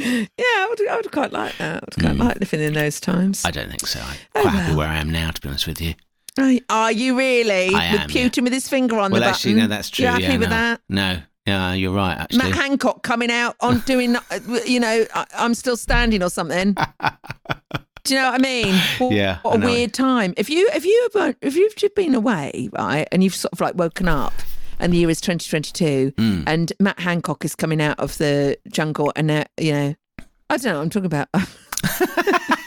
Speaker 2: yeah, I would, I would quite like that. I would quite like living in those times.
Speaker 4: Hmm. I don't think so. I'm
Speaker 2: Oh,
Speaker 4: quite happy where I am now, to be honest with you.
Speaker 2: Are, are you really?
Speaker 4: I
Speaker 2: with
Speaker 4: am, yeah.
Speaker 2: Putin with his finger on
Speaker 4: well,
Speaker 2: the button.
Speaker 4: actually, no, that's true.
Speaker 2: You're happy
Speaker 4: yeah,
Speaker 2: with
Speaker 4: no.
Speaker 2: that?
Speaker 4: No. Yeah, you're right, actually.
Speaker 2: Matt Hancock coming out on doing, uh, you know, I, I'm still standing or something. Do you know what I mean? What,
Speaker 4: Yeah,
Speaker 2: What
Speaker 4: I
Speaker 2: a
Speaker 4: know.
Speaker 2: weird time. If you if you were- if you've just been away, right, and you've sort of like woken up. And the year is 2022,
Speaker 4: Mm.
Speaker 2: and Matt Hancock is coming out of the jungle, and uh, you know, I don't know. what I'm talking about.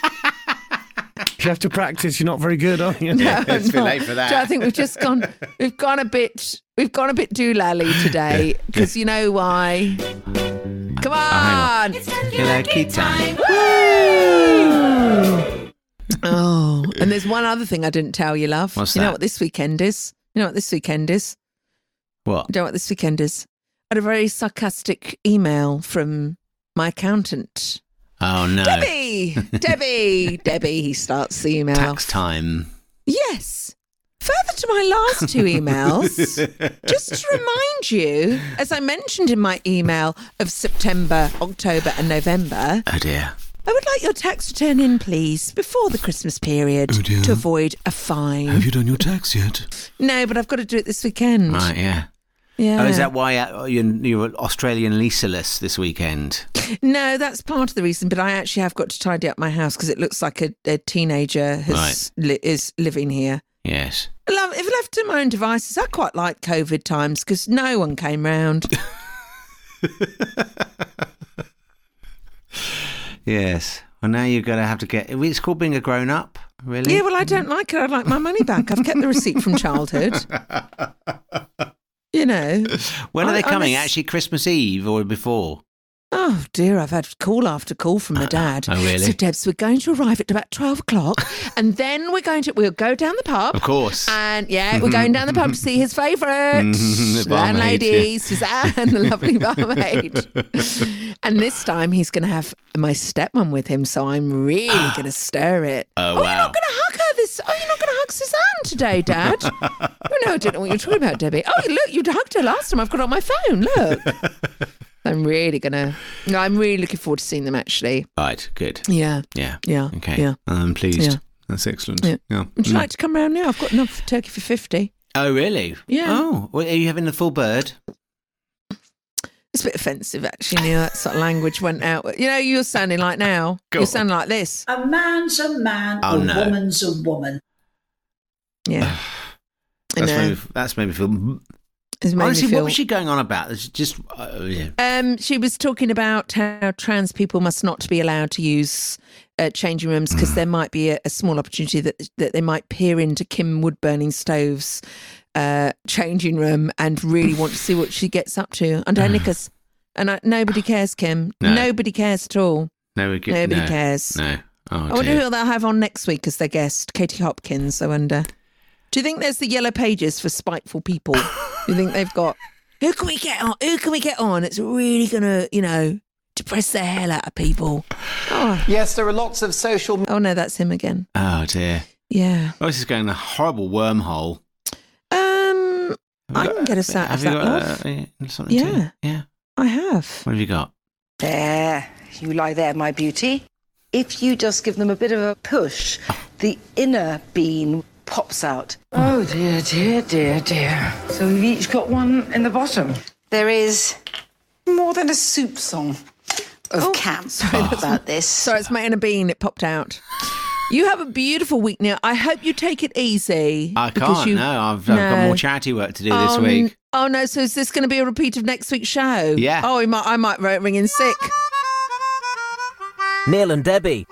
Speaker 12: You have to practice, you're not very good, are you?
Speaker 2: No, I'm not. Do you know, I think we've just gone. We've gone a bit. We've gone a bit doolally today because you know why. Come on.
Speaker 1: It's
Speaker 4: lucky time.
Speaker 2: oh, and there's one other thing I didn't tell you, love.
Speaker 4: What's
Speaker 2: you know
Speaker 4: that?
Speaker 2: what this weekend is? You know what this weekend is?
Speaker 4: What?
Speaker 2: You know what this weekend is? I had a very sarcastic email from my accountant.
Speaker 4: Oh, no.
Speaker 2: Debbie, Debbie, Debbie. He starts the email.
Speaker 4: Tax time.
Speaker 2: Yes. Further to my last two emails, just to remind you, as I mentioned in my email of September, October, and November,
Speaker 4: Oh, dear.
Speaker 2: I would like your tax return in, please, before the Christmas period
Speaker 4: Oh, dear.
Speaker 2: to avoid a fine.
Speaker 4: Have you done your tax yet?
Speaker 2: No, but I've got to do it this weekend.
Speaker 4: Right, yeah.
Speaker 2: Yeah.
Speaker 4: Oh, is that why uh, you you were Australian leaseless this weekend?
Speaker 2: No, that's part of the reason, but I actually have got to tidy up my house because it looks like a, a teenager has li- is living here.
Speaker 4: Yes.
Speaker 2: Love, if left to my own devices, I quite like COVID times because no one came round.
Speaker 4: Yes. Well, now you're going to have to get. It's called being a grown up, really.
Speaker 2: Yeah, well, I don't like it. I'd like my money back. I've kept the receipt from childhood. You know.
Speaker 4: When are
Speaker 2: I-
Speaker 4: they
Speaker 2: I'm a
Speaker 4: coming?
Speaker 2: s-
Speaker 4: Actually, Christmas Eve or before?
Speaker 2: Oh dear, I've had call after call from my dad.
Speaker 4: oh, really?
Speaker 2: So Debs, we're going to arrive at about twelve o'clock, and then we're going to we'll go down the pub.
Speaker 4: Of course.
Speaker 2: And yeah, we're going down the pub to see his favourite
Speaker 4: Mhm, Mm-hmm. the barmaid,
Speaker 2: landlady,
Speaker 4: yeah.
Speaker 2: Suzanne, the lovely barmaid. and this time he's going to have my stepmom with him, so I'm really going to stir it.
Speaker 4: Oh,
Speaker 2: you're
Speaker 4: wow.
Speaker 2: not going to hug her this. Oh, you're not going to hug Suzanne today, Dad. oh no, I don't know what you're talking about, Debbie. Oh, you- look, you hugged her last time. I've got it on my phone. Look. I'm really gonna. No, I'm really looking forward to seeing them. Actually,
Speaker 4: Right. Good.
Speaker 2: Yeah.
Speaker 4: Yeah.
Speaker 2: Yeah,
Speaker 4: Okay.
Speaker 2: yeah.
Speaker 4: I'm pleased.
Speaker 2: Yeah.
Speaker 4: That's excellent.
Speaker 2: Yeah. would you
Speaker 4: Mm.
Speaker 2: like to come round now? I've got enough turkey for fifty.
Speaker 4: Oh, really?
Speaker 2: Yeah.
Speaker 4: Oh, well, are you having the full bird?
Speaker 2: It's a bit offensive, actually. Now that sort of language went out. You know, you're sounding like now.
Speaker 4: Go
Speaker 2: you're
Speaker 4: on.
Speaker 2: sounding like this.
Speaker 8: A man's a man,
Speaker 4: Oh,
Speaker 8: a
Speaker 4: no.
Speaker 8: woman's a woman.
Speaker 2: Yeah. I
Speaker 4: That's
Speaker 2: know.
Speaker 4: made me, that's made me feel.
Speaker 2: It's made me
Speaker 4: Honestly,
Speaker 2: feel-
Speaker 4: what was she going on about? It's just uh, yeah.
Speaker 2: Um, she was talking about how trans people must not be allowed to use uh, changing rooms
Speaker 4: Mm.
Speaker 2: because there might be a, a small opportunity that that they might peer into Kim Woodburning Stove's uh, changing room and really want to see what she gets up to under her knickers. And I, nobody cares, Kim.
Speaker 4: No.
Speaker 2: Nobody cares at all.
Speaker 4: No, we get,
Speaker 2: Nobody
Speaker 4: no,
Speaker 2: cares.
Speaker 4: No.
Speaker 2: I
Speaker 4: Oh,
Speaker 2: wonder
Speaker 4: dear.
Speaker 2: who they'll have on next week as their guest. Katie Hopkins, I wonder. Do you think there's the yellow pages for spiteful people? Do you think they've got who can we get on? Who can we get on? It's really gonna, you know, depress the hell out of people. Oh.
Speaker 15: Yes, there are lots of social.
Speaker 2: Oh no, that's him again.
Speaker 4: Oh dear.
Speaker 2: Yeah.
Speaker 4: Oh, this is going in a horrible wormhole.
Speaker 2: Um, I can get us out
Speaker 4: Have
Speaker 2: of
Speaker 4: you
Speaker 2: that.
Speaker 4: got
Speaker 2: love.
Speaker 4: uh, uh, something? to-
Speaker 10: Yeah.
Speaker 4: Yeah.
Speaker 2: I have.
Speaker 4: What have you got?
Speaker 10: There, you lie there, my beauty. If you just give them a bit of a push, the inner bean pops out.
Speaker 18: Oh dear, dear, dear, dear. So we've each got one in the bottom.
Speaker 10: There is more than a soup song of
Speaker 2: Oh,
Speaker 10: camp
Speaker 2: sorry, that's-
Speaker 10: about this.
Speaker 2: Sorry, it's my inner bean. It popped out. You have a beautiful week now. I hope you take it easy.
Speaker 4: I
Speaker 2: because
Speaker 4: can't.
Speaker 2: you-
Speaker 4: no, I've, I've got
Speaker 2: No.
Speaker 4: more charity work to do
Speaker 2: Oh,
Speaker 4: this
Speaker 2: n-
Speaker 4: week.
Speaker 2: Oh no! So is this going to be a repeat of next week's show?
Speaker 4: Yeah.
Speaker 2: Oh, we might, I might ri- ring in sick.
Speaker 19: Neil and Debbie.